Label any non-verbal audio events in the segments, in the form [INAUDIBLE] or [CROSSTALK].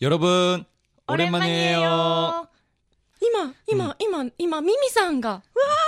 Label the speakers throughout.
Speaker 1: よろぶん、俺まねよ
Speaker 2: 今今、今今ミミさんが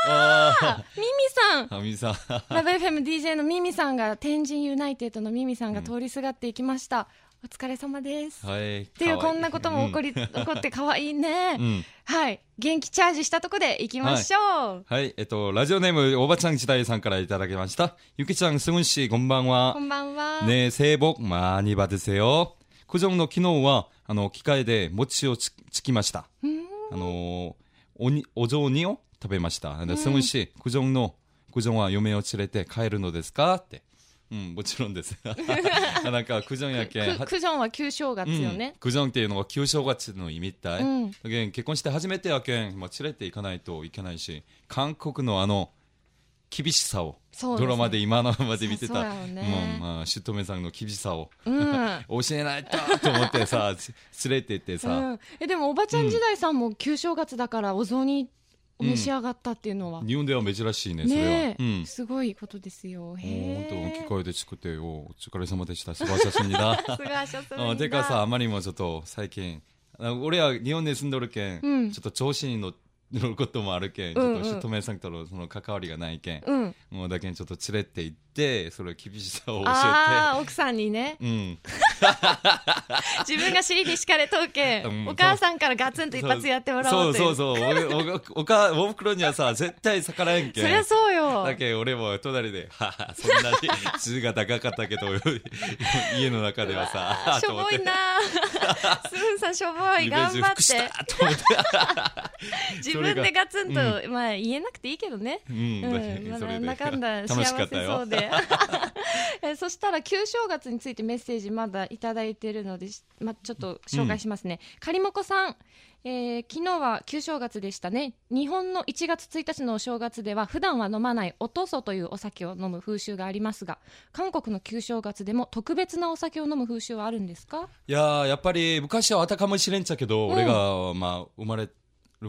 Speaker 1: あ
Speaker 2: ミミさん
Speaker 1: ー、あみさん。
Speaker 2: ラブ FM DJ のミミさんが天神ユナイテッドのミミさんが通りすがっていきました、お疲れ様です、
Speaker 1: はい。っ
Speaker 2: っていうこんなことも起こり、起こって可愛いね、
Speaker 1: うん。うん
Speaker 2: はい元気チャージしたとこで行きましょう、
Speaker 1: はい、えっと、ラジオネーム、おばちゃん時代さんからいただきました。ゆきちゃん、すぐんし、こんばんは
Speaker 2: こ。んばんは、
Speaker 1: ねえ、새복 많이 받으세요。九条の昨日は、あの、機械で餅をつつきました。あの、おに、お雑煮を食べました。で、すぐんし、九条の、九条は嫁を連れて帰るのですかって。うん、もちろん [LAUGHS] です。あなんか、九条やけん、は
Speaker 2: くクジョンは旧正月よ
Speaker 1: うん
Speaker 2: ね、、
Speaker 1: 九条っていうのが旧正月の意味たい、
Speaker 2: うん
Speaker 1: だけん結婚して初めてやけん、まあ、連れて行かないといけないし韓国のあの厳しさを、
Speaker 2: そうですね
Speaker 1: ドラマで今のまで見て
Speaker 2: そう
Speaker 1: た
Speaker 2: やよね
Speaker 1: うんまあ、姑さんの厳しさを
Speaker 2: うん
Speaker 1: 教えないとと思って
Speaker 2: [LAUGHS]
Speaker 1: さつ連れて行って [LAUGHS] さ、
Speaker 2: うん、えでもおばちゃん時代さんも旧正月だからお雑煮お召し上がったっていうのは、
Speaker 1: 日本では珍しいねそれは、
Speaker 2: ねえ、
Speaker 1: うん
Speaker 2: すごいことですよ
Speaker 1: 本
Speaker 2: へ
Speaker 1: 当
Speaker 2: え
Speaker 1: 機械で作ってよお疲れ様でした素晴らしいんだあてかさあまりにもちょっと最近あ俺は日本に住んどるけん、
Speaker 2: うん
Speaker 1: ちょっと調子に乗乗ることもあるけん、
Speaker 2: うんうん
Speaker 1: ちょっと姑さんとのその関わりがないけん、
Speaker 2: うん
Speaker 1: もうだけんちょっと連れて行ってそれ厳しさを教
Speaker 2: ああ奥さんにね
Speaker 1: えてうん
Speaker 2: 自分が尻に敷かれとうけん、
Speaker 1: [LAUGHS] うん
Speaker 2: お母さんからガツンと一発やってもらおうとい
Speaker 1: そううそうそうおおおかお袋にはさ絶対逆らえんけん
Speaker 2: そりゃそうよ
Speaker 1: だけん俺も隣で「ははそんなに銃が高かったけど家の中では
Speaker 2: うわ
Speaker 1: さ
Speaker 2: ー」しょ
Speaker 1: [LAUGHS]
Speaker 2: ぼいなースンさんしょぼい
Speaker 1: リベン
Speaker 2: 頑
Speaker 1: ジ
Speaker 2: 張っ
Speaker 1: 服してたと思って
Speaker 2: 自分でガツンと、まあ言えなくていいけどね
Speaker 1: うん
Speaker 2: う
Speaker 1: だけ
Speaker 2: ん、
Speaker 1: ど
Speaker 2: まあ
Speaker 1: それ
Speaker 2: な
Speaker 1: で
Speaker 2: んだかんだ幸
Speaker 1: [LAUGHS] 楽しか
Speaker 2: せ
Speaker 1: った
Speaker 2: そ
Speaker 1: よ [LAUGHS]
Speaker 2: うでえそしたら旧正月についてメッセージまだいただいてるので、しまあ、ちょっと紹介しますね、かりもこさん、えー昨日は旧正月でしたね日本の1月1日のお正月では普段は飲まないおとそというお酒を飲む風習がありますが韓国の旧正月でも特別なお酒を飲む風習はあるんですか
Speaker 1: いやーやっぱり昔はあったかもしれんちゃけど、俺が、まあ、生まれる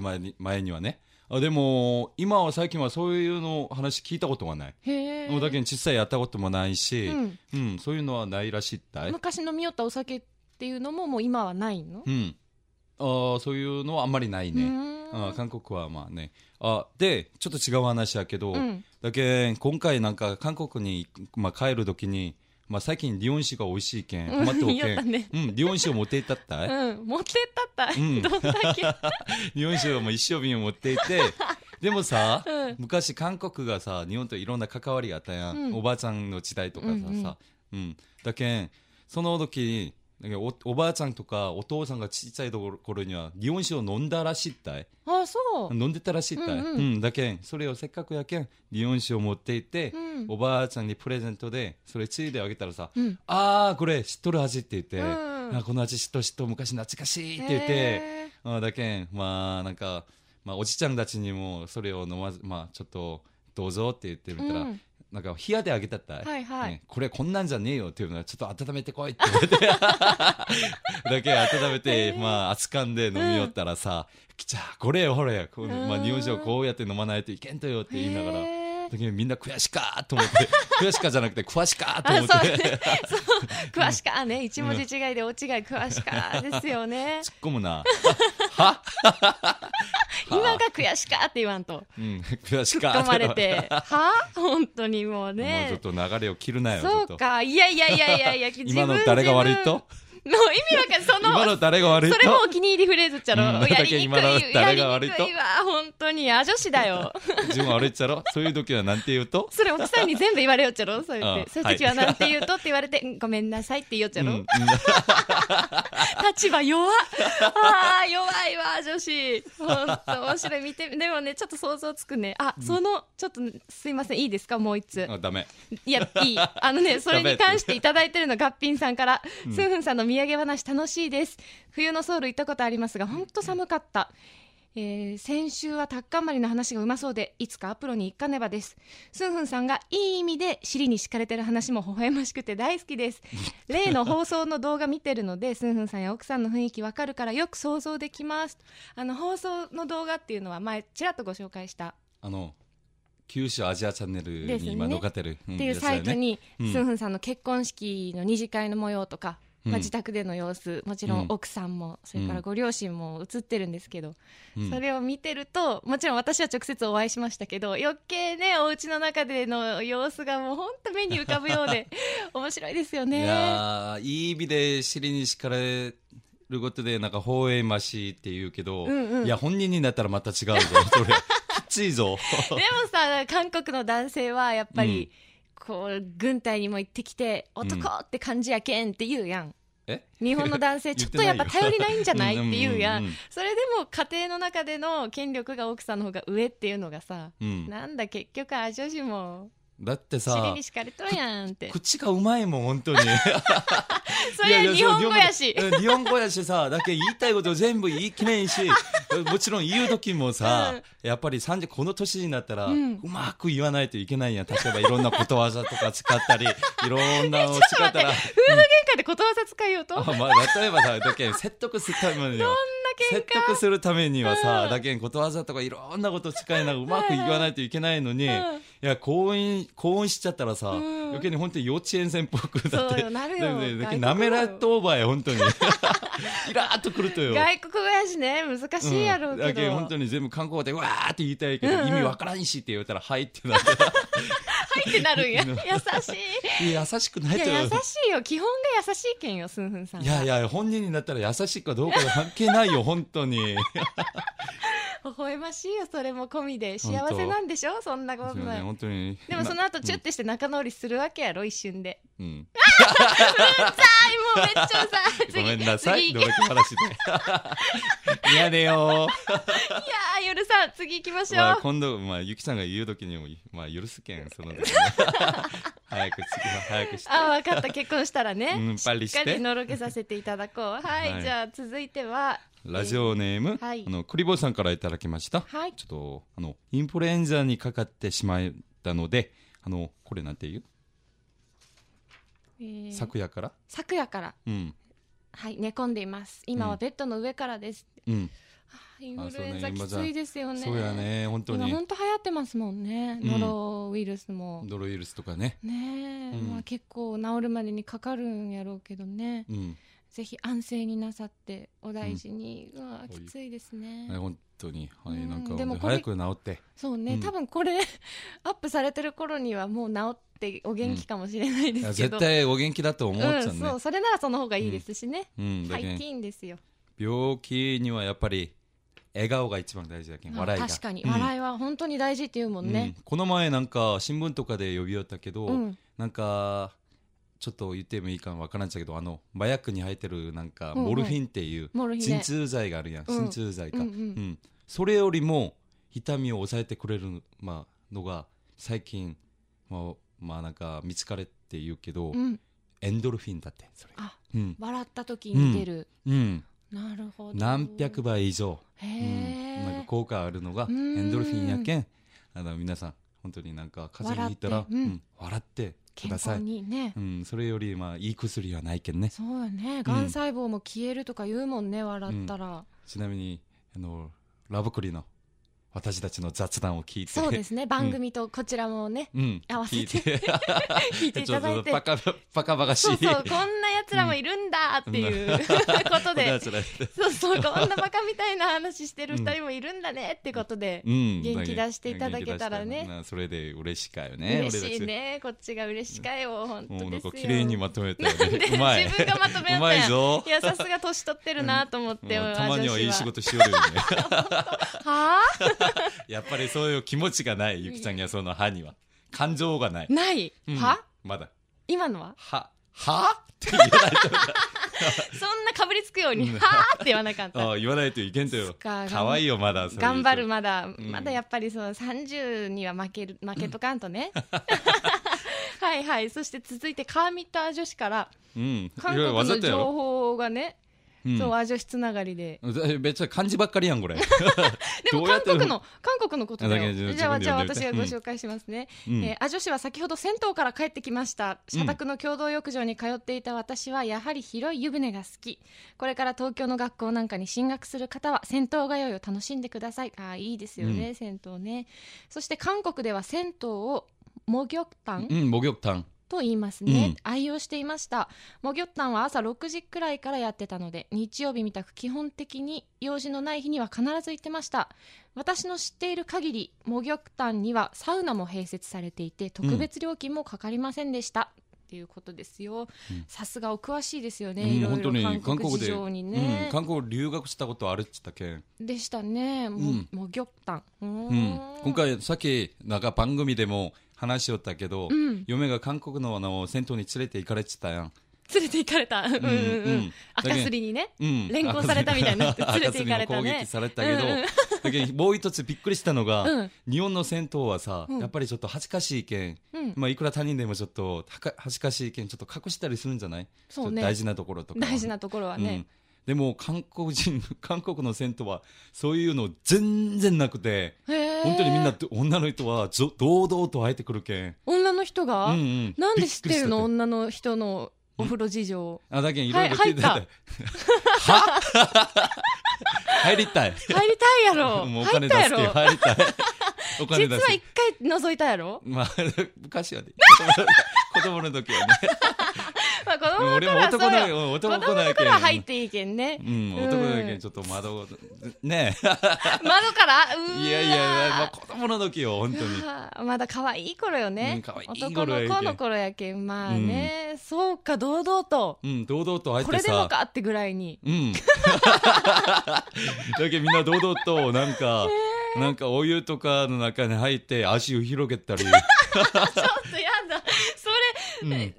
Speaker 1: 前に前にはねあでも今は最近はそういうの話聞いたことがない、
Speaker 2: へ
Speaker 1: もうだけ
Speaker 2: ー
Speaker 1: に小さいやったこともないし、
Speaker 2: う
Speaker 1: うん
Speaker 2: ん
Speaker 1: そういうのはないらしいったい、
Speaker 2: 昔飲み寄ったお酒っていうのももう今はないの、
Speaker 1: うん、あーそういうのはあんまりないうね、
Speaker 2: ーん
Speaker 1: あー韓国はまあねあでちょっと違う話やけど、
Speaker 2: うん
Speaker 1: だけん今回なんか韓国に、まあ、帰る時に、まあ、最近リオン酒が美味しいけん
Speaker 2: うん
Speaker 1: 困ってお
Speaker 2: [LAUGHS] 言いよ
Speaker 1: け
Speaker 2: った
Speaker 1: ん、
Speaker 2: ね
Speaker 1: うん、リオン酒を持っていったったい、
Speaker 2: うん、持ってったった、
Speaker 1: うん
Speaker 2: どんだ
Speaker 1: [LAUGHS]
Speaker 2: け、
Speaker 1: 日本酒をもう一生瓶を持ってい
Speaker 2: [LAUGHS]
Speaker 1: てでもさ、
Speaker 2: うん
Speaker 1: 昔韓国がさ日本といろんな関わりがあったやん、
Speaker 2: うん
Speaker 1: おばあちゃんの時代とかさ、
Speaker 2: うんうん
Speaker 1: さうん、だけんその時にだけんおおばあちゃんとかお父さんが小さいところには日本酒を飲んだらしいったい
Speaker 2: あそう、
Speaker 1: 飲んでたらしいったい、
Speaker 2: うん
Speaker 1: う
Speaker 2: うん
Speaker 1: んだけんそれをせっかくやけん日本酒を持っていって、
Speaker 2: うん
Speaker 1: おばあちゃんにプレゼントでそれついであげたらさ、
Speaker 2: うん
Speaker 1: ああこれ知っとる味って言って、
Speaker 2: うん
Speaker 1: あこの味知っとる知っとる昔懐かしいって言って。
Speaker 2: へ
Speaker 1: あだけん、まあ、なんか、まあ、おじちゃんたちにもそれを飲まず、まあ、ちょっと、どうぞって言ってみたら、
Speaker 2: うん
Speaker 1: なんか、冷やであげたったい。
Speaker 2: はいはい
Speaker 1: ねこれこんなんじゃねえよっていうのは、ちょっと温めてこいって言われ
Speaker 2: [LAUGHS]
Speaker 1: て、だけん温めて、まあ、熱燗で飲みよったらさ、きちゃあ、これよ、ほれよ、こうまあ、
Speaker 2: うん
Speaker 1: 日本酒をこうやって飲まないといけんとよって言いながら、
Speaker 2: へ
Speaker 1: [LAUGHS]
Speaker 2: ー
Speaker 1: だけどみんな悔しかーと思って、悔しかじゃなくて、詳しかーと思
Speaker 2: あ [LAUGHS] そう
Speaker 1: って、
Speaker 2: ね
Speaker 1: [LAUGHS]
Speaker 2: 詳しかね一文字違いで大違い詳しかですよね
Speaker 1: 突っ込むな。
Speaker 2: 今が悔しかって言わんと
Speaker 1: うん、悔しかー
Speaker 2: 突っ
Speaker 1: と
Speaker 2: 込まれては本当にもう
Speaker 1: [LAUGHS] も
Speaker 2: ね
Speaker 1: うちょっと流れを切るなよ、ちょ
Speaker 2: そ
Speaker 1: っと
Speaker 2: う。かいやいやいやいやいや自分
Speaker 1: 今の誰が悪い
Speaker 2: 自分
Speaker 1: と
Speaker 2: もう意味わかんそ
Speaker 1: 今
Speaker 2: の
Speaker 1: の誰が悪い
Speaker 2: そ
Speaker 1: と
Speaker 2: れもお気に入りフレーズっちゃろ、
Speaker 1: うん
Speaker 2: やりにくい
Speaker 1: 今の
Speaker 2: や
Speaker 1: 誰
Speaker 2: り
Speaker 1: が
Speaker 2: に
Speaker 1: 悪い
Speaker 2: く
Speaker 1: と
Speaker 2: いわ本当にあ女子だよ
Speaker 1: 自分悪いっちゃろそういう時はなんて言うと
Speaker 2: それおじさんに全部言われよっちゃろそう言っ
Speaker 1: う
Speaker 2: て、
Speaker 1: ん
Speaker 2: そういう時はなんて言うとって言われて、うんごめんなさいって言おっちゃ
Speaker 1: う
Speaker 2: ろ、
Speaker 1: ん
Speaker 2: 立場弱っあー弱いわ女子本当面白い見てでもねちょっと想像つくねあそのちょっとすいませんいいですかもう一つ
Speaker 1: うんあダメ
Speaker 2: いやいいあのねそれに関していただいてるのがっぴんさんから、スンフンさんの土産話楽しいです冬のソウル行ったことありますが本当寒かった、えー先週はタッカンマリの話がうまそうでいつかアプロに行かねばですスンフンさんがいい意味で尻に敷かれてる話も微笑ましくて大好き [LAUGHS] です例の放送の動画見てるのでスンフンさんや奥さんの雰囲気わかるからよく想像できますあの放送の動画っていうのは前ちらっとご紹介した
Speaker 1: あの九州アジアチャンネル
Speaker 2: ですね
Speaker 1: に今乗っかってるっ
Speaker 2: っていうサイトに、
Speaker 1: うん
Speaker 2: スンフンさんの結婚式の二次会の模様とか、
Speaker 1: うん
Speaker 2: まあ、自宅での様子もちろ
Speaker 1: うん
Speaker 2: ん奥さんもそれからご両親も映ってるんですけど、
Speaker 1: うん
Speaker 2: それを見てるともちろん私は直接お会いしましたけど余計ねお家の中での様子がもう本当目に浮かぶよ
Speaker 1: [LAUGHS]
Speaker 2: うで面白いですよ
Speaker 1: い
Speaker 2: ね。
Speaker 1: やーいい意味で尻に敷かれることでなんか放映ましいって言うけど、
Speaker 2: うんうん
Speaker 1: いや本人になったらまた違う
Speaker 2: [LAUGHS]
Speaker 1: ぞそれきついぞ
Speaker 2: でもさ韓国の男性はやっぱり、こう軍隊にも行ってきて
Speaker 1: ん
Speaker 2: 男って感じやけんって言うやん。
Speaker 1: え
Speaker 2: 日本の男性
Speaker 1: [LAUGHS] 言
Speaker 2: ちょ
Speaker 1: っ
Speaker 2: ってと
Speaker 1: ないよ
Speaker 2: やっぱ頼りないんじゃないって言う
Speaker 1: うん
Speaker 2: やん
Speaker 1: うんうんうん
Speaker 2: それでも家庭の中での権力が奥さんの方が上っていうのがさ、
Speaker 1: うん
Speaker 2: なんだ結局あ女子も
Speaker 1: だって
Speaker 2: 尻
Speaker 1: さ
Speaker 2: に敷かれとるやんって
Speaker 1: 口がうまいもん本当に
Speaker 2: それは日本語や
Speaker 1: い
Speaker 2: し
Speaker 1: いそう日本語やしさだけ言いたいこと全部言いきれんし
Speaker 2: [LAUGHS]
Speaker 1: もちろん言う時もさ、やっぱり30この年になったら、う
Speaker 2: うん
Speaker 1: まく言わないといけないやん例えばいろんなことわざとか使
Speaker 2: [LAUGHS]
Speaker 1: ったりいろんなのを
Speaker 2: ちょ
Speaker 1: 使
Speaker 2: っ
Speaker 1: っ
Speaker 2: と
Speaker 1: たら
Speaker 2: 待って、夫婦喧嘩でことわざ使いようと。
Speaker 1: あ
Speaker 2: こんな
Speaker 1: まあ、例えばさ、だけん説得するためには、
Speaker 2: 喧
Speaker 1: 説得するためにはさ、だけんことわざとかいろんなこと使いながらうまく言わないといけないのに、い
Speaker 2: うん
Speaker 1: や、幸運、幸運しちゃったらさ、
Speaker 2: ん
Speaker 1: 余計に本当に幼稚園生っぽくだっ
Speaker 2: そう
Speaker 1: て、
Speaker 2: よなるよ
Speaker 1: だけんだけん
Speaker 2: 外
Speaker 1: な
Speaker 2: 国語
Speaker 1: め
Speaker 2: よ
Speaker 1: らとうばい、本
Speaker 2: [LAUGHS]
Speaker 1: 当に。イラーっとくるとよ。
Speaker 2: 外国語やしね、難しいやろうけ
Speaker 1: だけん
Speaker 2: ど。
Speaker 1: 本当
Speaker 2: 入
Speaker 1: に全部観光でわーって言いたいけど、
Speaker 2: うんうん
Speaker 1: 意味わからんしって言ったら、はいってなって、
Speaker 2: [LAUGHS] ってなるんや。
Speaker 1: う
Speaker 2: 優
Speaker 1: ん [LAUGHS]
Speaker 2: しい。
Speaker 1: いや優しくない
Speaker 2: い
Speaker 1: と
Speaker 2: や、
Speaker 1: よ
Speaker 2: 優。しいよ。基本が優しいけんよ、スンフンさんは。
Speaker 1: いやいや、本人になったら優しいかどうか関係ないよ、本当に。
Speaker 2: 微笑ましいよ、それも込みで。
Speaker 1: 本
Speaker 2: 幸
Speaker 1: 当
Speaker 2: せなんでしょそんなこ
Speaker 1: す
Speaker 2: と
Speaker 1: いま
Speaker 2: な
Speaker 1: せん
Speaker 2: い。
Speaker 1: 本当に。
Speaker 2: でもその後、チュッてして仲直りするわけやろ、一瞬で。
Speaker 1: うん。
Speaker 2: あい、もうめっちゃうざい。
Speaker 1: [LAUGHS] ご
Speaker 2: 次、
Speaker 1: めんなさい。
Speaker 2: 次行
Speaker 1: ど
Speaker 2: け
Speaker 1: れか話で。 [LAUGHS] 嫌だよ。
Speaker 2: いやー、ゆるさん、次行きましょう。
Speaker 1: まあ、今度、まあ、ゆきさんが言う時にも、まあ、許すけん、そ
Speaker 2: [LAUGHS]
Speaker 1: の時に。早く、次は早くして。
Speaker 2: あ分かった結婚したらね、
Speaker 1: うんパリ
Speaker 2: し
Speaker 1: して
Speaker 2: っかりのろけさせていただこう
Speaker 1: [LAUGHS]
Speaker 2: はい、
Speaker 1: はい
Speaker 2: じゃあ続いては
Speaker 1: ラジオネーム、
Speaker 2: はい
Speaker 1: あの、クリボーさんからいただきました。
Speaker 2: はい
Speaker 1: ちょっと、あの、インフルエンザにかかってしまったので、あの、これなんていう、
Speaker 2: えー
Speaker 1: 昨夜から
Speaker 2: 昨夜から
Speaker 1: うん。
Speaker 2: はい寝込んでいます今
Speaker 1: う
Speaker 2: は
Speaker 1: ん
Speaker 2: ベッドの上からです、
Speaker 1: うん。
Speaker 2: インフルエンザきついですよね
Speaker 1: そうやね、本当
Speaker 2: 今
Speaker 1: に。
Speaker 2: 本当流行ってますもんね
Speaker 1: うん
Speaker 2: ノロウイルスも、
Speaker 1: ドロイルスとかね。
Speaker 2: ねえ、
Speaker 1: うん
Speaker 2: まあ、結構治るまでにかかるんやろうけどね、
Speaker 1: うん。
Speaker 2: ぜひ安静になさってお大事に、うわきついですね、
Speaker 1: はい本当に。はい、なんか、
Speaker 2: [LAUGHS] うんでもこれ
Speaker 1: 早く治って。
Speaker 2: そうね、
Speaker 1: うん
Speaker 2: 多分これ [LAUGHS] アップされてる頃にはもう治ってお元気かもしれない
Speaker 1: い
Speaker 2: で
Speaker 1: や
Speaker 2: すけ
Speaker 1: 絶
Speaker 2: ど、
Speaker 1: 対お元気だと思っちゃう
Speaker 2: うん、
Speaker 1: ね
Speaker 2: そう。それならその方がいいですしね、
Speaker 1: うん、
Speaker 2: ハ
Speaker 1: だ
Speaker 2: イ
Speaker 1: けん
Speaker 2: ティーンですよ
Speaker 1: 病気にはやっぱり笑顔が一番大事だけん、
Speaker 2: まあ
Speaker 1: 笑いが
Speaker 2: 確かに、
Speaker 1: うん
Speaker 2: 笑いは本当に大事って言うもんね
Speaker 1: うんこの前なんか新聞とかで呼び寄ったけど、
Speaker 2: うん、
Speaker 1: なんかちょっと言ってもいいかわからんちゃうけどあの麻薬に入ってるなんか
Speaker 2: うんうん
Speaker 1: モルフィンっていう
Speaker 2: モルヒ
Speaker 1: 鎮
Speaker 2: ネ
Speaker 1: 痛剤があるやん、
Speaker 2: う
Speaker 1: 鎮
Speaker 2: ん
Speaker 1: 痛剤か、
Speaker 2: う
Speaker 1: うんん
Speaker 2: うん
Speaker 1: それよりも痛みを抑えてくれる、まあのが最近、まあ、まあなんか見つかれって言うけど、
Speaker 2: うん
Speaker 1: エンドルフィンだってそれ
Speaker 2: あ
Speaker 1: うん、
Speaker 2: 笑った時に出る、
Speaker 1: うん、
Speaker 2: なるほど
Speaker 1: 何百倍以上
Speaker 2: へ
Speaker 1: うんなんか
Speaker 2: え、
Speaker 1: 効果あるのが
Speaker 2: う
Speaker 1: エ
Speaker 2: ーん
Speaker 1: ンドルフィンやけんあの皆さん本当になんか風邪ひいたら
Speaker 2: 笑ってうん
Speaker 1: うん笑ってく
Speaker 2: 健
Speaker 1: ださ
Speaker 2: 康
Speaker 1: い、
Speaker 2: にね、
Speaker 1: うん、それよりまあいい薬はないけんね
Speaker 2: そうよねがん細胞も消えるとか言うもんね、笑ったら、
Speaker 1: ちなみにあのラブコリの私たちの雑談を聞いて
Speaker 2: そうですね番
Speaker 1: ん
Speaker 2: 組とこちらもね、
Speaker 1: [LAUGHS] うん、
Speaker 2: 合わせて [LAUGHS]
Speaker 1: 聞いて
Speaker 2: 聞いてい
Speaker 1: [LAUGHS] ちょ
Speaker 2: た
Speaker 1: っ
Speaker 2: だ
Speaker 1: と
Speaker 2: いて
Speaker 1: バカバカバカしい
Speaker 2: そうそう、こんな奴らもいるんだっていう、 [LAUGHS] ことで、
Speaker 1: ことだ
Speaker 2: そうそう、こんなバカみたいな話してる二人もいるんだねってことで、
Speaker 1: うん、
Speaker 2: 元気出していただけたら
Speaker 1: 元気
Speaker 2: ね
Speaker 1: 出したらそれで嬉しいかよね
Speaker 2: 嬉しい
Speaker 1: 俺たち
Speaker 2: ね、こっちが嬉しかよ、本
Speaker 1: も
Speaker 2: 当
Speaker 1: うなん
Speaker 2: です
Speaker 1: か
Speaker 2: よ。
Speaker 1: 綺麗にまとめたよ
Speaker 2: で
Speaker 1: ね
Speaker 2: 自
Speaker 1: う
Speaker 2: 分
Speaker 1: まい
Speaker 2: がまとめよ
Speaker 1: [LAUGHS] う
Speaker 2: う
Speaker 1: ま
Speaker 2: た
Speaker 1: い
Speaker 2: やん。
Speaker 1: ぞ
Speaker 2: いや、さすが年取ってるなと思って、
Speaker 1: うんたまにはいい仕
Speaker 2: 私
Speaker 1: 事しよるよね
Speaker 2: は。はあ
Speaker 1: [LAUGHS] やっぱりそういう気持ちがない、ゆきちゃんにはその歯には。感情がない。
Speaker 2: ない、
Speaker 1: うん
Speaker 2: は
Speaker 1: まだ。
Speaker 2: 今のは
Speaker 1: は、
Speaker 2: [LAUGHS]
Speaker 1: はって言わないと、
Speaker 2: そんなかぶりつくように、
Speaker 1: うん
Speaker 2: はあって言わなかった。
Speaker 1: [LAUGHS] ああ言わないといけんと
Speaker 2: そ
Speaker 1: よ
Speaker 2: っ。か
Speaker 1: かわいいよ、まだ。そういう人
Speaker 2: 頑張る。まだ、
Speaker 1: ん
Speaker 2: まだやっぱりその30には負ける負けとかん
Speaker 1: [LAUGHS]
Speaker 2: とねはいはいそして続いてカーミッター女子から
Speaker 1: うん。いろ
Speaker 2: 韓
Speaker 1: い
Speaker 2: 国
Speaker 1: ろわざ
Speaker 2: の
Speaker 1: とや
Speaker 2: 情
Speaker 1: ろ。
Speaker 2: 報がね、
Speaker 1: うん
Speaker 2: そうアジョつながりで
Speaker 1: だめっちゃ漢字ばっかりやん、これ。
Speaker 2: でも
Speaker 1: どうや
Speaker 2: 韓
Speaker 1: って
Speaker 2: 国の韓国のことだ
Speaker 1: あだ
Speaker 2: よ
Speaker 1: けど
Speaker 2: じゃ
Speaker 1: 自
Speaker 2: あ
Speaker 1: 分で
Speaker 2: じゃあ
Speaker 1: 読んでみ
Speaker 2: 私
Speaker 1: て
Speaker 2: がご紹介しますね、
Speaker 1: うん
Speaker 2: [LAUGHS] えーアジョ氏は先ほど銭湯から帰ってきました社宅の共同浴場に通っていた私はやはり広い湯船が好きこれから東京の学校なんかに進学する方は銭湯通いを楽しんでくださいあーいいですよね、銭湯ねそして韓国では銭湯を模玉炭
Speaker 1: うん、목욕탕。
Speaker 2: と言いますね、愛用していましたもぎょったんは朝6時くらいからやってたので日曜日みたく基本的に用事のない日には必ず行ってました私の知っている限りもぎょったんにはサウナも併設されていて特別料金もかかりませんでした、っていうことですよ
Speaker 1: うん
Speaker 2: さすがお詳しいですよね、
Speaker 1: うん
Speaker 2: いろい
Speaker 1: 本当
Speaker 2: ろ
Speaker 1: に
Speaker 2: 韓
Speaker 1: 韓
Speaker 2: 国
Speaker 1: 国
Speaker 2: 事
Speaker 1: で
Speaker 2: 情に
Speaker 1: うん
Speaker 2: ね、
Speaker 1: 韓国留学したことあるっつったけん、
Speaker 2: でしたねも,、
Speaker 1: うん
Speaker 2: もぎょったんうーん
Speaker 1: うん、今回さっきなんか番組でも話しよったけど、
Speaker 2: うん
Speaker 1: 嫁が韓国のあの銭湯に連れて行かれてたやん、
Speaker 2: 連れて行かれた、うんうんう
Speaker 1: うんん、
Speaker 2: 赤すりにね、
Speaker 1: うん、
Speaker 2: 連行されたみたいに
Speaker 1: [LAUGHS]
Speaker 2: なって連れて行かれたね
Speaker 1: 赤すりの攻撃されたけど、
Speaker 2: うんうん
Speaker 1: だけどもう一つびっくりしたのが、
Speaker 2: うん
Speaker 1: 日本の銭湯はさ、
Speaker 2: うん
Speaker 1: やっぱりちょっと恥ずかしいけん、
Speaker 2: うん
Speaker 1: まあ、いくら他人でもちょっとはか恥ずかしいけんちょっと隠したりするんじゃない
Speaker 2: そうね
Speaker 1: ちょっと大事なところとか
Speaker 2: 大事なところは
Speaker 1: う
Speaker 2: ね
Speaker 1: ん、でも韓国人 [LAUGHS] 韓国の銭湯はそういうの全然なくて
Speaker 2: へー
Speaker 1: 本当にみんな女の人はじょ堂々と入ってくるけん、
Speaker 2: 女の人が、
Speaker 1: うんうん、
Speaker 2: なんで知ってるの
Speaker 1: びくりした
Speaker 2: 女の人のお風呂事情
Speaker 1: あだけんいろいろ聞いて
Speaker 2: は
Speaker 1: た
Speaker 2: い入
Speaker 1: は [LAUGHS] 入りたい
Speaker 2: 入りたいや
Speaker 1: [LAUGHS]
Speaker 2: ろ
Speaker 1: もうお
Speaker 2: 入
Speaker 1: 金
Speaker 2: っ
Speaker 1: 出
Speaker 2: たや
Speaker 1: すけ
Speaker 2: ろ
Speaker 1: 入り
Speaker 2: [LAUGHS]
Speaker 1: たいお金
Speaker 2: 実
Speaker 1: 出
Speaker 2: は
Speaker 1: す
Speaker 2: 一回覗いたやろ
Speaker 1: まあ昔はね [LAUGHS] 子供の時はね
Speaker 2: ま [LAUGHS] あ子
Speaker 1: でも
Speaker 2: 供
Speaker 1: 俺
Speaker 2: か
Speaker 1: も
Speaker 2: らそう
Speaker 1: 男だ
Speaker 2: よ
Speaker 1: よ
Speaker 2: 子
Speaker 1: 男
Speaker 2: 供
Speaker 1: だ
Speaker 2: だ
Speaker 1: け
Speaker 2: か
Speaker 1: ん
Speaker 2: ら入っていいけんね
Speaker 1: うん男だけんちょっと窓をね
Speaker 2: 窓からうーわー
Speaker 1: いやいやいや、まあ、子供の時よ本当に
Speaker 2: あーまだ可愛い頃よ
Speaker 1: う
Speaker 2: ね
Speaker 1: ん、可愛い
Speaker 2: 男
Speaker 1: 頃やけ
Speaker 2: の
Speaker 1: ん
Speaker 2: 子の頃やけんまあね、そうか堂々と
Speaker 1: うん堂々と入って
Speaker 2: こ
Speaker 1: さ
Speaker 2: れでもかってぐらいに [LAUGHS]
Speaker 1: うん。だけどみんな堂々と、なんか、なんかお湯とかの中に入って足を広げた
Speaker 2: [LAUGHS]
Speaker 1: り、
Speaker 2: ちょっ [LAUGHS] とやだそれ、
Speaker 1: うん
Speaker 2: ん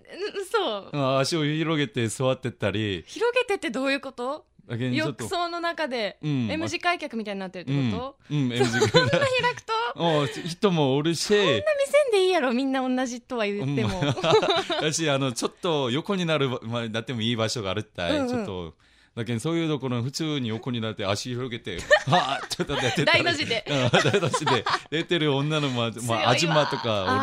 Speaker 2: そう
Speaker 1: あ足を広げて座ってたり、
Speaker 2: 広げてってどういうこと
Speaker 1: だけどちょっ
Speaker 2: 浴
Speaker 1: と。
Speaker 2: 槽の中で
Speaker 1: うん
Speaker 2: M 字開脚みたいになってるってこと、
Speaker 1: うん、うん、M 字
Speaker 2: そんな開くと
Speaker 1: [LAUGHS] お人もおるし、
Speaker 2: 見せんでいいやろみんな同じとは言って [LAUGHS] も、
Speaker 1: だし、あの、ちょっと横になる、まあ、なってもいい場所があるったい、
Speaker 2: うんうん
Speaker 1: ちょっと。だけどそういうところ普通に横になって足広げ
Speaker 2: [LAUGHS]
Speaker 1: て、はあ、ちょっと出てたり
Speaker 2: 大の字で
Speaker 1: うん大の字で出てる女の、まあ、まあ、あじ
Speaker 2: 強いわ
Speaker 1: まとかおる、
Speaker 2: あ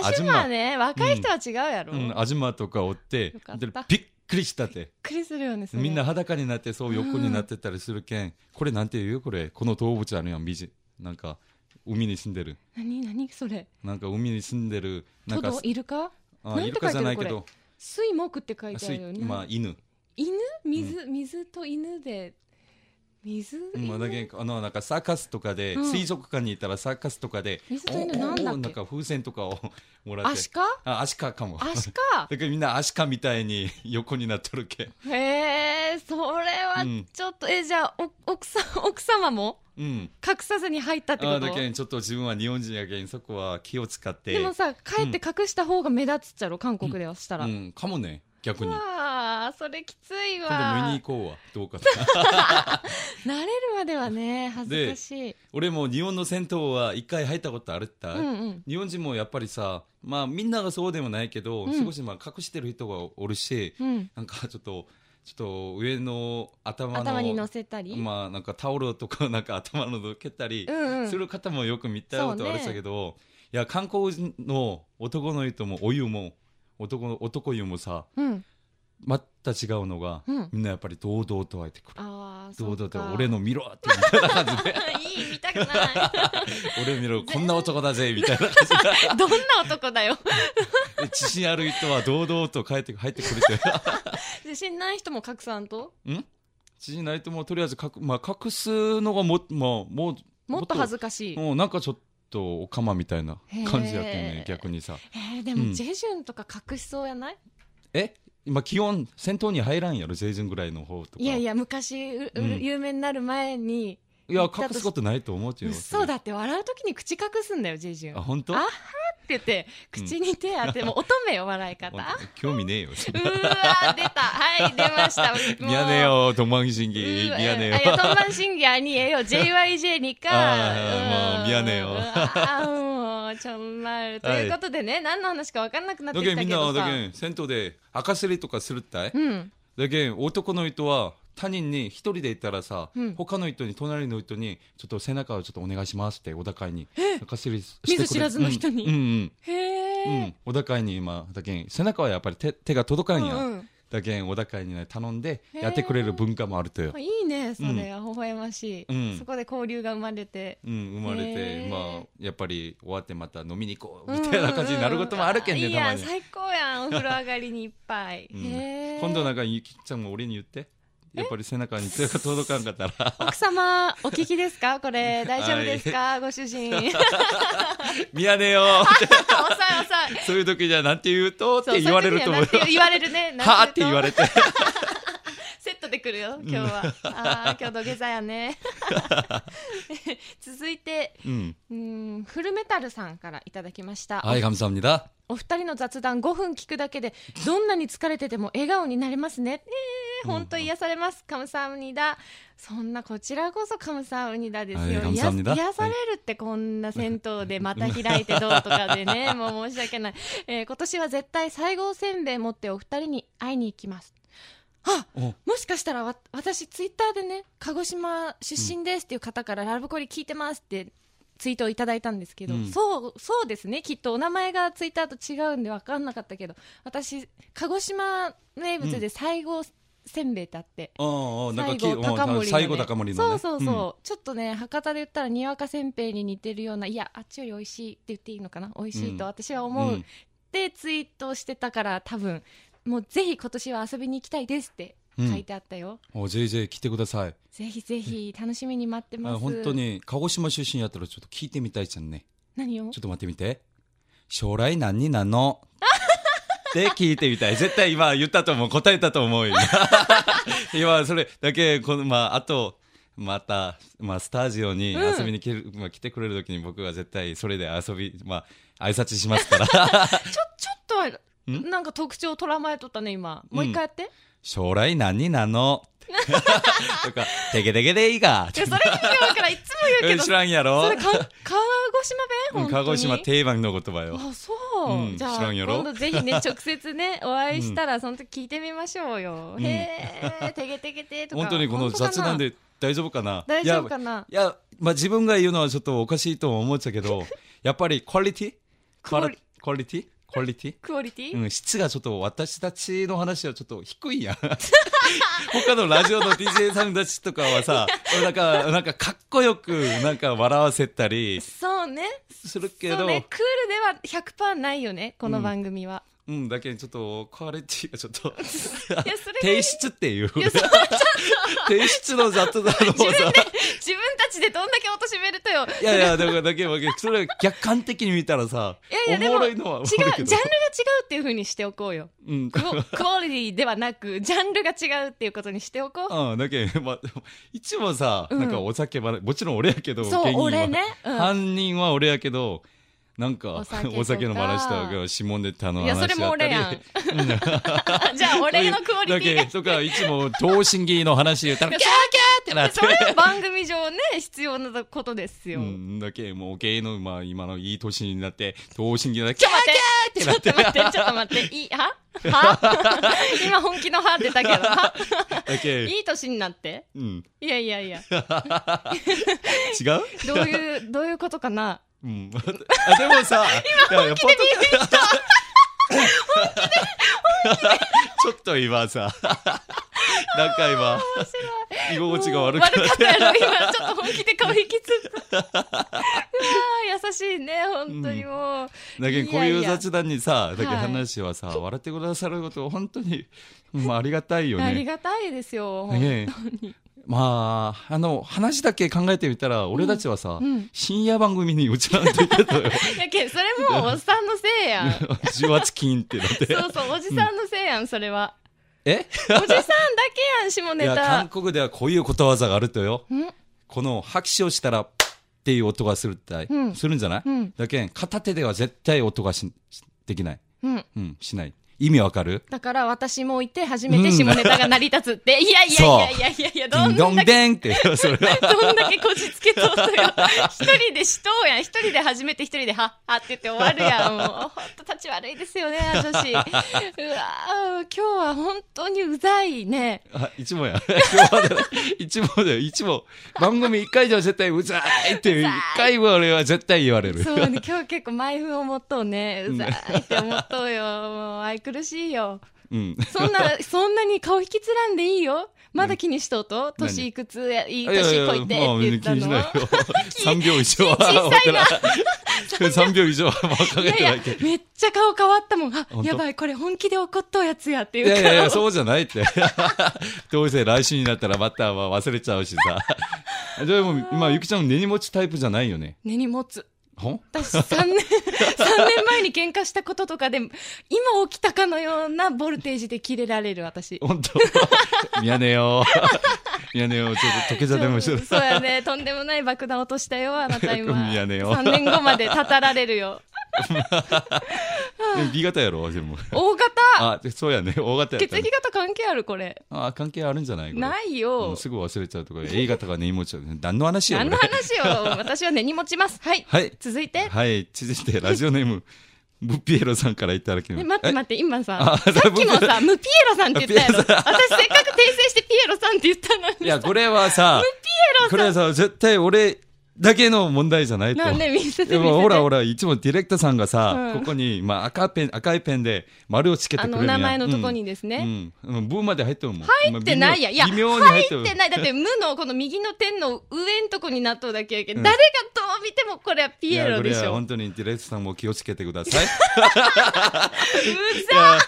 Speaker 2: あ
Speaker 1: あじ
Speaker 2: 東
Speaker 1: ま
Speaker 2: ね若い人は違うやろ、
Speaker 1: うん、
Speaker 2: びっ
Speaker 1: 東とかおって
Speaker 2: よかっ、た
Speaker 1: でびっくりしたって。
Speaker 2: くりするよねそれ
Speaker 1: みんな裸になって、そう横になってたりするけん、これなんていうこれ、この動物あるやん、みじ、なんか、海に住んでる。
Speaker 2: 何何それ
Speaker 1: なんか海に住んでる、なん
Speaker 2: ト
Speaker 1: か
Speaker 2: ド、イルカ
Speaker 1: あ
Speaker 2: なんて
Speaker 1: イルカじゃないけど、
Speaker 2: 水木って書いてあ
Speaker 1: 水
Speaker 2: るよね、
Speaker 1: まあ、犬。
Speaker 2: 犬水、水と犬で水、
Speaker 1: うんまあ、
Speaker 2: 犬
Speaker 1: だけどあの、なんかサーカスとかで、
Speaker 2: うん
Speaker 1: 水族館にいたらサーカスとかで、
Speaker 2: 水と犬なんだっけ
Speaker 1: おおなんか風船とかを [LAUGHS] もらっ
Speaker 2: ア
Speaker 1: て
Speaker 2: シ。カ
Speaker 1: あ、アシカかも。
Speaker 2: アシ
Speaker 1: [LAUGHS] だ
Speaker 2: カ
Speaker 1: けどみんなアシカみたいに [LAUGHS] 横になっとるけん。
Speaker 2: へえそれは
Speaker 1: うん
Speaker 2: ちょっと、えじゃあお奥さん奥様も
Speaker 1: うん。
Speaker 2: 隠さずに入ったって
Speaker 1: あ
Speaker 2: こ
Speaker 1: ーだ
Speaker 2: と
Speaker 1: けんちょっと自分は日本人やけんそこは気を使って
Speaker 2: でもさ帰って隠した方が目立つっちゃろ韓国ではしたら、
Speaker 1: う
Speaker 2: うん
Speaker 1: かもね逆に
Speaker 2: わあそれきつい
Speaker 1: 今度見
Speaker 2: わ
Speaker 1: に行こうはどうかな
Speaker 2: 慣れるまではね恥ずかしい
Speaker 1: 俺も日本の銭湯は一回入ったことあるった、
Speaker 2: うんうん
Speaker 1: 日本人もやっぱりさまあみんながそうでもないけど、
Speaker 2: うん
Speaker 1: 少しまあ隠してる人がおるし、
Speaker 2: うん
Speaker 1: なんかち [LAUGHS] ょっとちょっと上の頭の
Speaker 2: 頭に乗せたり、
Speaker 1: まあなんかタオルとかなんか頭のどけたり
Speaker 2: うんうん
Speaker 1: する方もよく見たことあるんだけど、いや韓国人の男の人もお湯も男の男湯もさ
Speaker 2: うん
Speaker 1: また違うのが、
Speaker 2: うん
Speaker 1: みんなやっぱり堂々と湧いてくる。
Speaker 2: ああ
Speaker 1: 堂々と俺の見ろってみたいな感じ
Speaker 2: [LAUGHS]
Speaker 1: で
Speaker 2: いい
Speaker 1: [LAUGHS]
Speaker 2: 見たくない
Speaker 1: 俺を見ろこんな男だぜみたいな感
Speaker 2: [LAUGHS]
Speaker 1: じ
Speaker 2: どんな男だよ
Speaker 1: で自信ある人は堂々と帰って入ってくれ
Speaker 2: [LAUGHS] 自信ない人も隠さんと
Speaker 1: てん自信ないともうとりあえず隠,、まあ、隠すのがも,、まあ、もう
Speaker 2: もっと恥ずかしい、
Speaker 1: もうなんかちょっとおかまみたいな感じやけん
Speaker 2: へ
Speaker 1: ね
Speaker 2: ー
Speaker 1: 逆にさ
Speaker 2: えー、で
Speaker 1: う
Speaker 2: も
Speaker 1: ん
Speaker 2: ジェジュンとか隠しそうやない、
Speaker 1: え今気温戦闘に入らんやろジェイジュンぐらいの方とか
Speaker 2: いやいや昔う、う
Speaker 1: うん
Speaker 2: 有名になる前に
Speaker 1: いや隠すことないと思うけど
Speaker 2: 嘘だって笑う時に口隠すんだよジェジュン
Speaker 1: あ
Speaker 2: っ
Speaker 1: 本当
Speaker 2: あて言って口に手当て、もう乙女よ笑い方
Speaker 1: 興味ねえよ
Speaker 2: [LAUGHS] うーわ出たはい出
Speaker 1: [LAUGHS]
Speaker 2: ましたもう
Speaker 1: 미안해요 동방신기
Speaker 2: うーわ
Speaker 1: 미안해요
Speaker 2: あいやトンマンシンギアにえよ
Speaker 1: [LAUGHS]
Speaker 2: JYJ にか
Speaker 1: あー
Speaker 2: う
Speaker 1: も
Speaker 2: ん
Speaker 1: う미안해요
Speaker 2: あーもうちょんまると
Speaker 1: はい
Speaker 2: いうことでね、何の話か分かんなくなって
Speaker 1: だ
Speaker 2: き
Speaker 1: け
Speaker 2: た
Speaker 1: み
Speaker 2: け
Speaker 1: んな
Speaker 2: どさ
Speaker 1: だけ銭湯で赤すりとかするったい、
Speaker 2: うん
Speaker 1: だけ男の人は他人に一人でいたらさ、
Speaker 2: うん
Speaker 1: 他の人に隣の人にちょっと背中をちょっとお願いしますってお高いに赤すりしてくれ
Speaker 2: 見ず知らずの人に
Speaker 1: うんうん
Speaker 2: へ
Speaker 1: うん、
Speaker 2: え、
Speaker 1: うんお高いに今だけ背中はやっぱり手手が届かんや、
Speaker 2: うんうん
Speaker 1: だけんお高いに、ね、頼んでやってくれる文化もあるとよ。
Speaker 2: いいねそれは微笑ましい、
Speaker 1: うん
Speaker 2: そこで交流が生まれて、
Speaker 1: うん、生まれ
Speaker 2: へ
Speaker 1: て、
Speaker 2: ー
Speaker 1: まあ、やっぱり終わってまた飲みに行こうみたいな感じになることもあるけん
Speaker 2: う
Speaker 1: ね、
Speaker 2: うう
Speaker 1: たま
Speaker 2: いい
Speaker 1: に
Speaker 2: や。最高やんお風呂上がりにいっぱい、
Speaker 1: うん
Speaker 2: へー
Speaker 1: 今度なんか、ゆきちゃんも俺に言って、やっぱり背中に手が届かんかったら、 [LAUGHS]
Speaker 2: 奥様お聞きですかこれ大丈夫ですか、
Speaker 1: [LAUGHS]
Speaker 2: ご主人遅い遅
Speaker 1: 見やねえよ
Speaker 2: い
Speaker 1: そういう時じゃなんて言うとっ
Speaker 2: そう
Speaker 1: て言われると思うよ
Speaker 2: [LAUGHS] そういう時はなん。て言われるねな
Speaker 1: [LAUGHS]
Speaker 2: ん
Speaker 1: はあって言われて。
Speaker 2: セットで来るよ今日は、あ
Speaker 1: [LAUGHS]
Speaker 2: あー今日土下座やね続いて
Speaker 1: うん。
Speaker 2: [LAUGHS] うーんフルメタルさんからいただきました、
Speaker 1: はい、감사합니다。
Speaker 2: お二人の雑談5分聞くだけでどんなに疲れてても笑顔になれますね。えー、本当癒されます。カムサウニダ。そんなこちらこそカムサウニダですよ。
Speaker 1: はい
Speaker 2: 癒
Speaker 1: 감사
Speaker 2: や
Speaker 1: 합니다
Speaker 2: 癒されるってこんな銭湯でまた開いてどうとかでね、もう申し訳ない。えー今年は絶対西郷せんべい持ってお二人に会いに行きます。あ
Speaker 1: お
Speaker 2: もしかしたらわ私ツイッターでね鹿児島出身ですっていう方からラブコリ聞いてますってツイートをいただいたんですけど、
Speaker 1: うん
Speaker 2: そうそうですねきっとお名前がツイッターと違うんで分かんなかったけど私鹿児島名物で西郷せんべいってあって、
Speaker 1: ああ、なんか
Speaker 2: 西
Speaker 1: き、
Speaker 2: 郷隆盛の、ね、
Speaker 1: 最後高森のね。
Speaker 2: そうそうそう、ちょっとね博多で言ったらにわかせんべいに似てるようないやあっちより美味しいって言っていいのかな美味しいと私は思う、
Speaker 1: うん
Speaker 2: でツイートしてたから多分もうぜひ今年は遊びに行きたいですって書いてあったよ、
Speaker 1: うん。お、JJ 来てください。
Speaker 2: ぜひぜひ楽しみに待ってま
Speaker 1: あ
Speaker 2: す。
Speaker 1: 本当に、鹿児島出身やったらちょっと聞いてみたいじゃんね。
Speaker 2: 何を
Speaker 1: ちょっと待ってみて。将来何になる
Speaker 2: [LAUGHS]
Speaker 1: のって聞いてみたい。絶対今言ったと思う。答えたと思うよ。 [LAUGHS] 今それだけ、この、まあ、あと、また、まあ、スタジオに
Speaker 2: うん
Speaker 1: 遊びに来,、るまあ、来てくれるときに僕が絶対それで遊び、まあ、挨拶します
Speaker 2: [LAUGHS]
Speaker 1: から。
Speaker 2: ちょちょっとはなんか特徴捉まえとったね今もう一回やって、
Speaker 1: 将来何な
Speaker 2: [LAUGHS]
Speaker 1: のとか、てけてけでいいか。
Speaker 2: いやそれ聞くからいつも
Speaker 1: [LAUGHS]
Speaker 2: 言うけど
Speaker 1: 知らんやろ
Speaker 2: それか鹿児島
Speaker 1: うん
Speaker 2: 弁本当に
Speaker 1: 鹿児島定番の言葉よ。
Speaker 2: あそう、
Speaker 1: うん
Speaker 2: じゃ
Speaker 1: 知ら
Speaker 2: あ
Speaker 1: んやろ
Speaker 2: 今度
Speaker 1: [LAUGHS]
Speaker 2: ぜひね直接ねお会いしたらその時聞いてみましょうよ、
Speaker 1: うん
Speaker 2: へえてげてげてとか
Speaker 1: 本当にこの雑談
Speaker 2: 本
Speaker 1: で大丈夫かな
Speaker 2: 当かな大丈夫かない
Speaker 1: や、いやまあ、自分が言うのはちょっとおかしいと思っちゃうけど、やっぱりクオリティ
Speaker 2: クオリ
Speaker 1: クオリティクオリティ
Speaker 2: クオリティ、
Speaker 1: うん、質がちょっと私たちの話はちょっと低いやん。 [LAUGHS] 他のラジオの DJ さんたちとかはさ、なんか、なんかかっこよく、なんか笑わせたり
Speaker 2: そうね
Speaker 1: するけ
Speaker 2: そう
Speaker 1: ど、
Speaker 2: ねクールでは100%ないよねこの番組は、
Speaker 1: うん、だけどちょっと、クオリティがちょっと、
Speaker 2: いやそれが
Speaker 1: 提出っていう。
Speaker 2: いやそれ
Speaker 1: [LAUGHS] 提出の雑談をさ、
Speaker 2: 自分たちでどんだけ貶めるとよ
Speaker 1: いやいや、だからだけど、それは客観的に見たらさ、
Speaker 2: いやいや
Speaker 1: おもろいのは
Speaker 2: 違
Speaker 1: わ
Speaker 2: う
Speaker 1: か
Speaker 2: ジャンルが違
Speaker 1: るけ
Speaker 2: う
Speaker 1: ど。
Speaker 2: っていうふうにしておこうよ
Speaker 1: うん。
Speaker 2: クオクオリティではなくジャンルが違うっていうことにしておこう
Speaker 1: うん、だけど、まあ、一応さ、
Speaker 2: うん
Speaker 1: なんかお酒ば、もちろん俺やけど、
Speaker 2: そ
Speaker 1: 芸
Speaker 2: う
Speaker 1: 人は
Speaker 2: 俺ね、うん
Speaker 1: 犯人は俺やけど、なんか、
Speaker 2: お
Speaker 1: お
Speaker 2: 酒と
Speaker 1: 酒
Speaker 2: か
Speaker 1: の話とか、指紋でたの
Speaker 2: いや
Speaker 1: 話
Speaker 2: それも
Speaker 1: った
Speaker 2: 俺
Speaker 1: り
Speaker 2: やんじゃあ俺のクオリティが
Speaker 1: だけどとか、いつも、等身芸の話言ったら、キャーキャーって
Speaker 2: それ
Speaker 1: なって。
Speaker 2: は番組上ね必要なことですよ、
Speaker 1: うん、だけどもう芸の、まあ、今のいい年になって、等身芸だけ
Speaker 2: ちょっと待ってちょっと待ってちょっと待っていいはは今本気の歯出たけどは
Speaker 1: だけ
Speaker 2: いい年になって
Speaker 1: うん、
Speaker 2: いやいやいや
Speaker 1: 違う
Speaker 2: どういうどういうことかな
Speaker 1: うん。あ、でもさ、今本気で見えた [LAUGHS] ちょっと今さ、なんか今、
Speaker 2: 面白い
Speaker 1: 居心地が悪く
Speaker 2: 悪
Speaker 1: な
Speaker 2: か
Speaker 1: っ
Speaker 2: ったやろ今ちょっと本気で顔引きつったうわー優しいね本当にもう、
Speaker 1: だけどこういう雑談にさ、だけど
Speaker 2: はい
Speaker 1: 話はさ、笑ってくださること、本当に、まあ、ありが [LAUGHS] たいよ
Speaker 2: あり
Speaker 1: ね。
Speaker 2: がたいですよ、
Speaker 1: ねまあ、あの、話だけ考えてみたら、俺たちはさ、
Speaker 2: うん
Speaker 1: 深夜番組に打ち合わせてたとよ。 [LAUGHS]
Speaker 2: いやけんそれもうおっさんのせいやん
Speaker 1: 18金ってなって。
Speaker 2: そうそうおじさんのせいやんそれは、
Speaker 1: え
Speaker 2: おじさんだけやん下
Speaker 1: い
Speaker 2: ネ
Speaker 1: や、
Speaker 2: タ
Speaker 1: 韓国ではこういうことわざがあるとよ。
Speaker 2: ん
Speaker 1: この拍手をしたら、プッっていう音がするって、
Speaker 2: うん
Speaker 1: するんじゃない、
Speaker 2: うん
Speaker 1: だけん、片手では絶対音がし、しできない。
Speaker 2: うん
Speaker 1: うん、しない。意味わかる
Speaker 2: だから私もいて初めて下ネタが成り立つって、いやいやいやいやいやいや
Speaker 1: デ
Speaker 2: ど
Speaker 1: ィン
Speaker 2: ん
Speaker 1: ドン
Speaker 2: だけ
Speaker 1: デンって、 [LAUGHS] それは。
Speaker 2: [LAUGHS] どんだけこじつけとったよ一人でしとうやん一人で初めて一人ではっはって言って終わ
Speaker 1: [LAUGHS]
Speaker 2: るやんもうほんと立ち悪いですよね女子うわー今日は本当にうざいね
Speaker 1: あ、一問や。 [LAUGHS] 一問だよ、一問。番組一回じゃ絶対うざいって、一回は俺は絶対言われる。
Speaker 2: そうね今日結構毎分を持っとうねうざいって思っとうよもう愛くるしいよ
Speaker 1: うん。
Speaker 2: そ
Speaker 1: [LAUGHS]
Speaker 2: んな、そんなに顔引きつらんでいいよ。まだ気にしとうと。年いくつや、いい
Speaker 1: いやいや
Speaker 2: 年こいてって
Speaker 1: まあ
Speaker 2: 言った
Speaker 1: 気にし
Speaker 2: の。 [LAUGHS]
Speaker 1: ないよ。3秒以上は分
Speaker 2: 小
Speaker 1: からん。3秒以 [LAUGHS] 上は分か
Speaker 2: い
Speaker 1: れ
Speaker 2: やい
Speaker 1: てな
Speaker 2: や
Speaker 1: いけど。、
Speaker 2: めっちゃ顔変わったもん。あ
Speaker 1: 本、当
Speaker 2: やばい、これ本気で怒っとうやつやってい
Speaker 1: いや
Speaker 2: う
Speaker 1: いやいや、
Speaker 2: 顔。
Speaker 1: そうじゃないって。 [LAUGHS] どうせ来週になったらバッターは忘れちゃうしさ。 [LAUGHS] でも、今、ゆきちゃんの根に持ちタイプじゃないよね。
Speaker 2: 根に持つ。
Speaker 1: ほん
Speaker 2: 私3
Speaker 1: [LAUGHS]
Speaker 2: 年、三年前に喧嘩したこととかで、今起きたかのようなボルテージでキレられる私。
Speaker 1: 本 [LAUGHS] 当見やねえ [LAUGHS] よ。見やねえよ。ちょっと、時計じゃでもし
Speaker 2: そ
Speaker 1: ょ
Speaker 2: う。そうやね。とんでもない爆弾落としたよ、あな
Speaker 1: [LAUGHS]
Speaker 2: た今。
Speaker 1: いやねよ
Speaker 2: 3年後までたたられるよ。
Speaker 1: でも B 型やろ、でも。
Speaker 2: 大型
Speaker 1: あ、そうやね。大型やっ
Speaker 2: 血
Speaker 1: た
Speaker 2: 液
Speaker 1: ね。
Speaker 2: 型関係あるこれ。
Speaker 1: あ、関係あるんじゃないこれ
Speaker 2: ない
Speaker 1: も
Speaker 2: よ
Speaker 1: う。すぐ忘れちゃうとか、A 型が根に持ちゃう。何の話や
Speaker 2: 何
Speaker 1: 俺
Speaker 2: の
Speaker 1: [LAUGHS]
Speaker 2: 話よ。私は根に持ちます。はい。
Speaker 1: はい。
Speaker 2: 続いて。
Speaker 1: はい、続いてラジオネーム、ブッピエロさんからいただきます。
Speaker 2: ね、待って待って、今
Speaker 1: あ
Speaker 2: さ、さっきもさ、ムピエロさんって
Speaker 1: [LAUGHS]
Speaker 2: 言ったやろ。私せっかく訂正してピエロさんって言ったの
Speaker 1: えい
Speaker 2: に。
Speaker 1: や、これはさ、これはさ、絶対俺だけの問題じゃないと。
Speaker 2: なんで見せて
Speaker 1: で
Speaker 2: 見せて。
Speaker 1: もほらほら、いつもディレクターさんがさ、
Speaker 2: うん
Speaker 1: ここに、まあ、赤ペン、赤いペンで丸をつけてく
Speaker 2: あ
Speaker 1: れる
Speaker 2: の、
Speaker 1: や
Speaker 2: お
Speaker 1: ん
Speaker 2: 名前のとこにです
Speaker 1: うん
Speaker 2: ね。
Speaker 1: うんうん、ブーまで入ってるもん。入
Speaker 2: 入ってないや。いや、
Speaker 1: 微妙に入
Speaker 2: 入
Speaker 1: っ
Speaker 2: って
Speaker 1: る。
Speaker 2: てない。だ
Speaker 1: [LAUGHS]
Speaker 2: って、無のこの右の点の上んとこに納豆だけやけど、
Speaker 1: うん
Speaker 2: 誰がどう見てもこれはピエロで
Speaker 1: いや
Speaker 2: し
Speaker 1: これは
Speaker 2: ょ。う
Speaker 1: 本当にディレクターさんも気をつけてください。
Speaker 2: ざ
Speaker 1: いや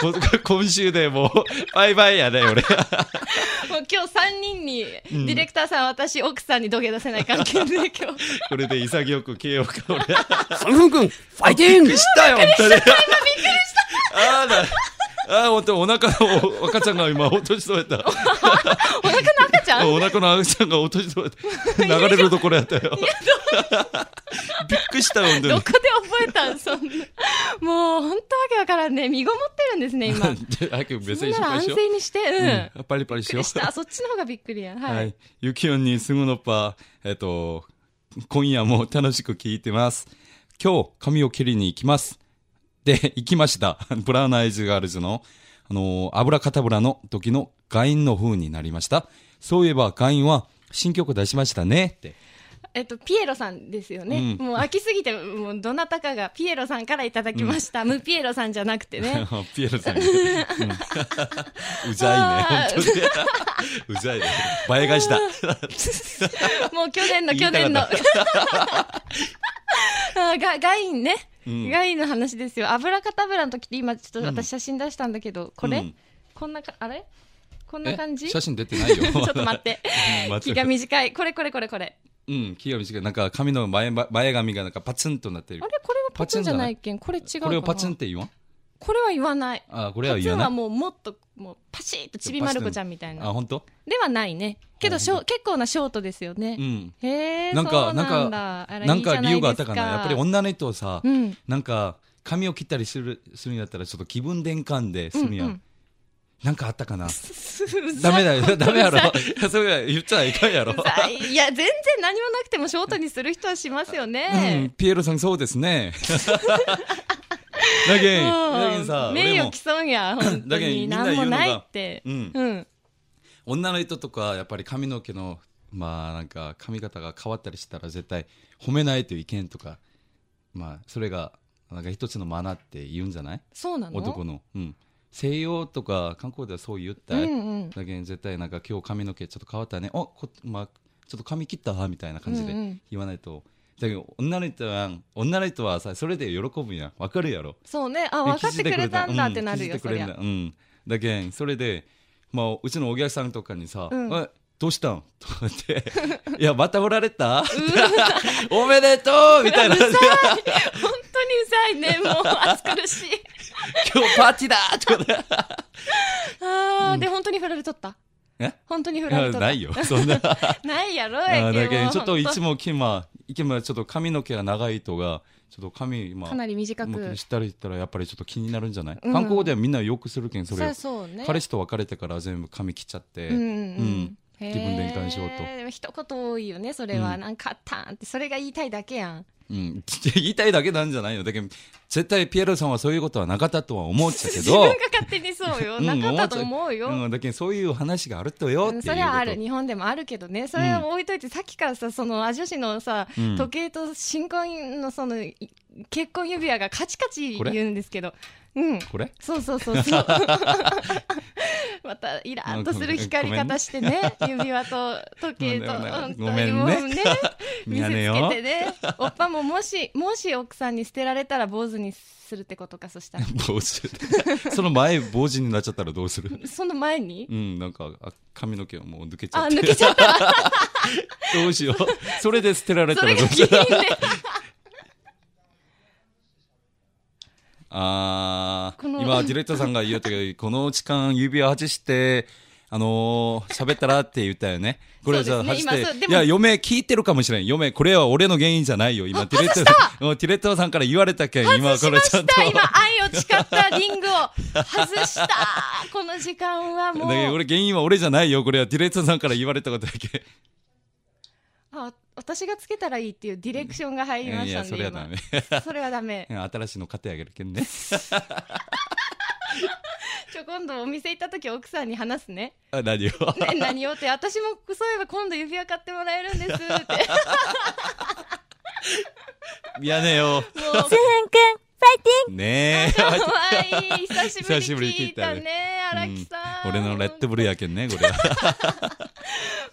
Speaker 1: こ [LAUGHS] 今週でもう、バイバイやね、俺。
Speaker 2: もう今日3人に、ディレクターさん、私、奥さんに土下出せない関係で今日。
Speaker 1: これで潔く消えようか、俺。
Speaker 3: [LAUGHS] 三分君、ファイティング
Speaker 1: したよ、本当に。今びっくりした。あーだ。あー、本当お腹のお赤ちゃんが今落としそうやった。
Speaker 2: お腹の赤ちゃん
Speaker 1: お腹の赤ちゃんが落としそう [LAUGHS] やった。流れるところやったよ。 [LAUGHS] びっくりしたよ、本当
Speaker 2: ど
Speaker 1: に
Speaker 2: こで覚えたんそんな。もう、本当わけわからんね。身ごもってるんですね、
Speaker 1: [LAUGHS]
Speaker 2: 今。そ。
Speaker 1: で早く別
Speaker 2: ん
Speaker 1: に
Speaker 2: な
Speaker 1: 失
Speaker 2: ら
Speaker 1: 敗
Speaker 2: 安
Speaker 1: しよ
Speaker 2: 静にして、
Speaker 1: う。
Speaker 2: う。
Speaker 1: うんん、パリパリしよ
Speaker 2: びっくり
Speaker 1: う。
Speaker 2: した。そっちの方がびっくりや。
Speaker 1: は
Speaker 2: はいい。。
Speaker 1: ゆきおんにすぐのっぱ、えっと、今夜も楽しく聞いてます。今日、髪を切りに行きます。で、行きました。 [LAUGHS] ブラウンアイズガールズの、あのー、油かたぶらの時のガインの風になりました。そういえば、ガインは新曲出しましたね。って。
Speaker 2: えっと、ピエロさんですよね。
Speaker 1: う
Speaker 2: もう飽きすぎて、もうどなたかがピエロさんからいただきました。ムピエロさんじゃなくて
Speaker 1: [LAUGHS]
Speaker 2: ね。
Speaker 1: ピエロ
Speaker 2: [LAUGHS]
Speaker 1: さんが。うんうざいね、本当 [LAUGHS] に。うざいね。倍返しだ。
Speaker 2: もう去年の
Speaker 1: 言
Speaker 2: 去
Speaker 1: いたか
Speaker 2: 年の。
Speaker 1: った
Speaker 2: [LAUGHS] あーがガインね、
Speaker 1: ん
Speaker 2: ガインの話ですよ油かたぶらの時って今ちょっと私写真出したんだけど、これ、
Speaker 1: うん
Speaker 2: こんなかあれこんな感じ
Speaker 1: え
Speaker 2: [LAUGHS] ちょ
Speaker 1: 写真出てないよ。 [LAUGHS]
Speaker 2: っと待って
Speaker 1: うん待って
Speaker 2: 気が短いこれこれこれこれ
Speaker 1: うん、木が短い。なんか髪の前ば前髪がなんかパツンとなってる
Speaker 2: あ。れこれはパツンじゃないけんこれ違うかな
Speaker 1: これをパツンって言わん
Speaker 2: これは言わない
Speaker 1: あ、これは
Speaker 2: パツ
Speaker 1: 言わ
Speaker 2: ン
Speaker 1: ない
Speaker 2: は。もうもっともうパシッとちびまる子ちゃんみたい
Speaker 1: あ、
Speaker 2: な
Speaker 1: 本当？
Speaker 2: ではないねけどショー結構なショートですよね、
Speaker 1: うん。
Speaker 2: へえ
Speaker 1: なんか、
Speaker 2: そう
Speaker 1: なん
Speaker 2: なん
Speaker 1: か
Speaker 2: だ、あら
Speaker 1: なん
Speaker 2: いいじゃ
Speaker 1: か
Speaker 2: い
Speaker 1: 理由があった
Speaker 2: で
Speaker 1: か
Speaker 2: す
Speaker 1: な。やっぱり女の人はさ
Speaker 2: う、ん
Speaker 1: なんか髪を切ったりする、するんだったらちょっと気分転換でするや
Speaker 2: うんうん
Speaker 1: ん。なんかあったか
Speaker 2: [LAUGHS]
Speaker 1: な。 [LAUGHS] ダ
Speaker 2: ダ
Speaker 1: メだよ、ダメやろ。それは言っちゃいかんやろ。
Speaker 2: いや、全然何もなくてもショートにする人はしますよ
Speaker 1: う
Speaker 2: ね
Speaker 1: ん、。ピエロさんそうです
Speaker 2: [LAUGHS]
Speaker 1: ね。 [LAUGHS] だけん、だけんさ、
Speaker 2: 名
Speaker 1: 俺
Speaker 2: 誉
Speaker 1: も
Speaker 2: 毀、損や、本当
Speaker 1: だけどみ
Speaker 2: に。
Speaker 1: んな
Speaker 2: 何
Speaker 1: 言う
Speaker 2: も
Speaker 1: のが
Speaker 2: ないって。
Speaker 1: うん。
Speaker 2: うん。
Speaker 1: 女の人とかやっぱり髪の毛のまあなんか髪型が変わったりしたら絶対褒めないという意見とかまあそれがなんか一つのマナーって言うんじゃない
Speaker 2: そうなの
Speaker 1: 男の、うん、西洋とか韓国ではそう言った、
Speaker 2: うんうん。
Speaker 1: だけど絶対なんか今日髪の毛ちょっと変わったねおこ、まあ、ちょっと髪切ったわみたいな感じで
Speaker 2: うんうん
Speaker 1: 言わないと、だけど女の人は女の人はさそれで喜ぶやんわかるやろ
Speaker 2: そうね。あ、
Speaker 1: ね
Speaker 2: 分かってくれたんだってなるよ、
Speaker 1: 気づいて
Speaker 2: そ
Speaker 1: くれ
Speaker 2: り [LAUGHS]
Speaker 1: たうん気づいてくれんだ
Speaker 2: ゃ。
Speaker 1: うん。だけん、それで、まあ、うちのお客さんとかにさ、
Speaker 2: うん
Speaker 1: えどうしたんとかって、いや、またおられたおめでとうみたいな、今
Speaker 2: 本当にうざいね、もう、暑苦しい。
Speaker 1: 日パーティーだとかね。
Speaker 2: あー、で、本当に振られとった
Speaker 1: え
Speaker 2: 本当に振
Speaker 1: い
Speaker 2: られ
Speaker 1: や
Speaker 2: とった。
Speaker 1: ないよ、そん
Speaker 2: [LAUGHS]
Speaker 1: な。
Speaker 2: ないやろ、
Speaker 1: あ
Speaker 2: やけ
Speaker 1: だ
Speaker 2: ん
Speaker 1: けん、ちょっとい
Speaker 2: もう
Speaker 1: つも今、今ちょっと髪の毛が長い人が、ちょっと髪、まあ、
Speaker 2: かなり短く。
Speaker 1: したりしたらやっぱりちょっと気になるんじゃない、
Speaker 2: うん
Speaker 1: 韓国ではみんなよくするけん、そ
Speaker 2: そり
Speaker 1: れを
Speaker 2: ゃ。そうね。
Speaker 1: 彼氏と別れてから全部髪切っちゃって、
Speaker 2: うんう
Speaker 1: うん
Speaker 2: ん
Speaker 1: 気分転換しようと
Speaker 2: へーでも一言多いよねそれは、
Speaker 1: うん
Speaker 2: なんかあったんってそれが言いたいだけやん
Speaker 1: うん、 [LAUGHS] 言いたいだけなんじゃないよ。だけど、絶対ピエロさんはそういうことはなかったとは思ってたけ
Speaker 2: 自
Speaker 1: ど
Speaker 2: 分が、勝手にそうよ、
Speaker 1: [LAUGHS] うん
Speaker 2: なかったと思うよ、
Speaker 1: うん、だけどそういう話があるとよっていううんこと。
Speaker 2: それはある日本でもあるけどねそれは置いといて、さっきからさそのアジオシのさ、
Speaker 1: うん
Speaker 2: 時計と新婚のそのい結婚指輪がカチカチ言うんですけどうん
Speaker 1: これ
Speaker 2: そうそう
Speaker 1: [LAUGHS]
Speaker 2: そうそうまたイラーっとする光り方してね指輪と時計と本当
Speaker 1: ごめ
Speaker 2: に
Speaker 1: んね
Speaker 2: もうね見
Speaker 1: 見
Speaker 2: せ
Speaker 1: やね
Speaker 2: つけ
Speaker 1: よ
Speaker 2: てねおっぱももしもし奥さんに捨てられたら坊主にするってことかそしたら
Speaker 1: 帽子 [LAUGHS] その前帽子になっちゃったらどうする
Speaker 2: その前に
Speaker 1: うんなんかあ髪の毛をもう抜けちゃ
Speaker 2: あ
Speaker 1: って
Speaker 2: 抜けちゃった
Speaker 1: [LAUGHS] どうしようそれで捨てられた
Speaker 2: それ
Speaker 1: らど
Speaker 2: が
Speaker 1: う
Speaker 2: 原
Speaker 1: しよ
Speaker 2: 因
Speaker 1: う
Speaker 2: で
Speaker 1: あー
Speaker 2: この
Speaker 1: 今ディレクターさんが言うた
Speaker 2: [LAUGHS]
Speaker 1: けどこの時間指を外してあのー、喋ったらって言ったよね。これじゃあ
Speaker 2: そ
Speaker 1: 外
Speaker 2: うです
Speaker 1: し
Speaker 2: ね
Speaker 1: て、
Speaker 2: 今そうでも
Speaker 1: いや、嫁聞いてるかもしれん。嫁、これは俺の原因じゃないよ。今、ディレクターさん、もうディレクターさんから言われたけん、今、こ
Speaker 2: 外し
Speaker 1: れ
Speaker 2: ま
Speaker 1: ちゃ
Speaker 2: し
Speaker 1: ん
Speaker 2: た今
Speaker 1: と。
Speaker 2: 愛を誓ったリングを外したこの時間はも
Speaker 1: [LAUGHS] だけど
Speaker 2: う
Speaker 1: 俺、原因は俺じゃないよ。これはディレクターさんから言われたことだけ。
Speaker 2: あ私がつけたらいいっていうディレクションが入りま
Speaker 1: い
Speaker 2: した
Speaker 1: や、
Speaker 2: ん
Speaker 1: そ
Speaker 2: で
Speaker 1: れは
Speaker 2: 今
Speaker 1: ダメ。 [LAUGHS]
Speaker 2: それはダメ
Speaker 1: 新しいの買ってあげるけんね。
Speaker 2: ちょ今度お店行った時奥さんに話すね
Speaker 1: あ何
Speaker 2: [LAUGHS]
Speaker 1: を。
Speaker 2: ね、何をって、私もそういえば今度指輪買ってもらえるんですって。
Speaker 1: いやねよ。
Speaker 2: もう、
Speaker 1: ねえ。
Speaker 2: かわいい。久
Speaker 1: 久
Speaker 2: し
Speaker 1: しぶ
Speaker 2: ぶり
Speaker 1: り
Speaker 2: 聞
Speaker 1: 聞
Speaker 2: い
Speaker 1: い
Speaker 2: た
Speaker 1: た
Speaker 2: ね
Speaker 1: ね、
Speaker 2: 荒木さん。
Speaker 1: 俺のレッドブルやけんね、これは。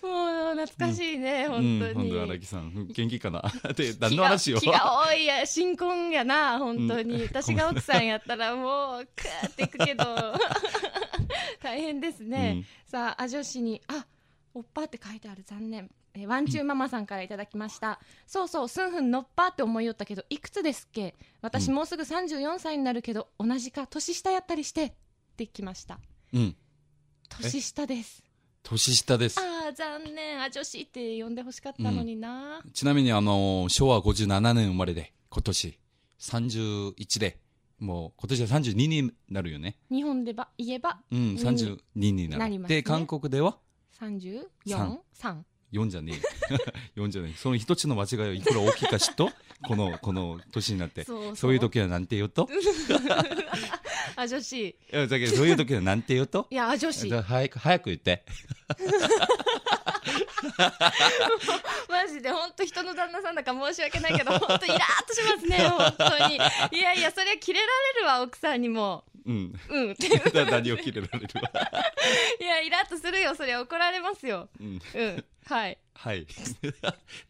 Speaker 2: もう、懐かしいね、
Speaker 1: うん、
Speaker 2: 本当
Speaker 1: 本
Speaker 2: に。
Speaker 1: 当荒木さん、元気かな [LAUGHS] で、何の話を
Speaker 2: 気が多いや、新婚やな、本当に。私が奥さんやったらもう、クーっていくけど。 [LAUGHS] 大変ですね。さあ、あ女子に、あ、おっぱって書いてある、残念。えーワンチューママさんからいただきました。そうそう、すんふんのっぱって思いよったけど、いくつですっけ私もうすぐ34歳になるけど、同じか、年下やったりして、ってきました。
Speaker 1: うん、
Speaker 2: 年下です。
Speaker 1: 年下です。
Speaker 2: ああ、残念。あ、女子って呼んでほしかったのにな。
Speaker 1: ちなみに、あの、昭和57年生まれで、今年、31で、もう、今年は32になるよね。
Speaker 2: 日本でば言えば
Speaker 1: うん、32にな
Speaker 2: な
Speaker 1: る。
Speaker 2: りますね
Speaker 1: で、韓国では
Speaker 2: 34
Speaker 1: 三
Speaker 2: 三
Speaker 1: 4じゃね [LAUGHS] え。4じゃねえ。その一つの間違いはいくら大きいか知っと、この、この年になって。
Speaker 2: そうそう
Speaker 1: そういう時はなんて言うと
Speaker 2: あ女子い
Speaker 1: いやだけど、そういう時はなんて言う
Speaker 2: [LAUGHS]
Speaker 1: と
Speaker 2: やあ女子
Speaker 1: じゃあ早く、早く言って。
Speaker 2: マジで本当人の旦那さんだから申し訳ないけど本当イラーっとします
Speaker 1: [LAUGHS]
Speaker 2: ね本当にいやいやそれはキレられるわ奥さんにも [LAUGHS]
Speaker 1: うん。
Speaker 2: うんって
Speaker 1: だから何を切れられるわ。
Speaker 2: いやイラっとするよそれは怒られますよ
Speaker 1: うん。
Speaker 2: うんはい [LAUGHS]
Speaker 1: はい。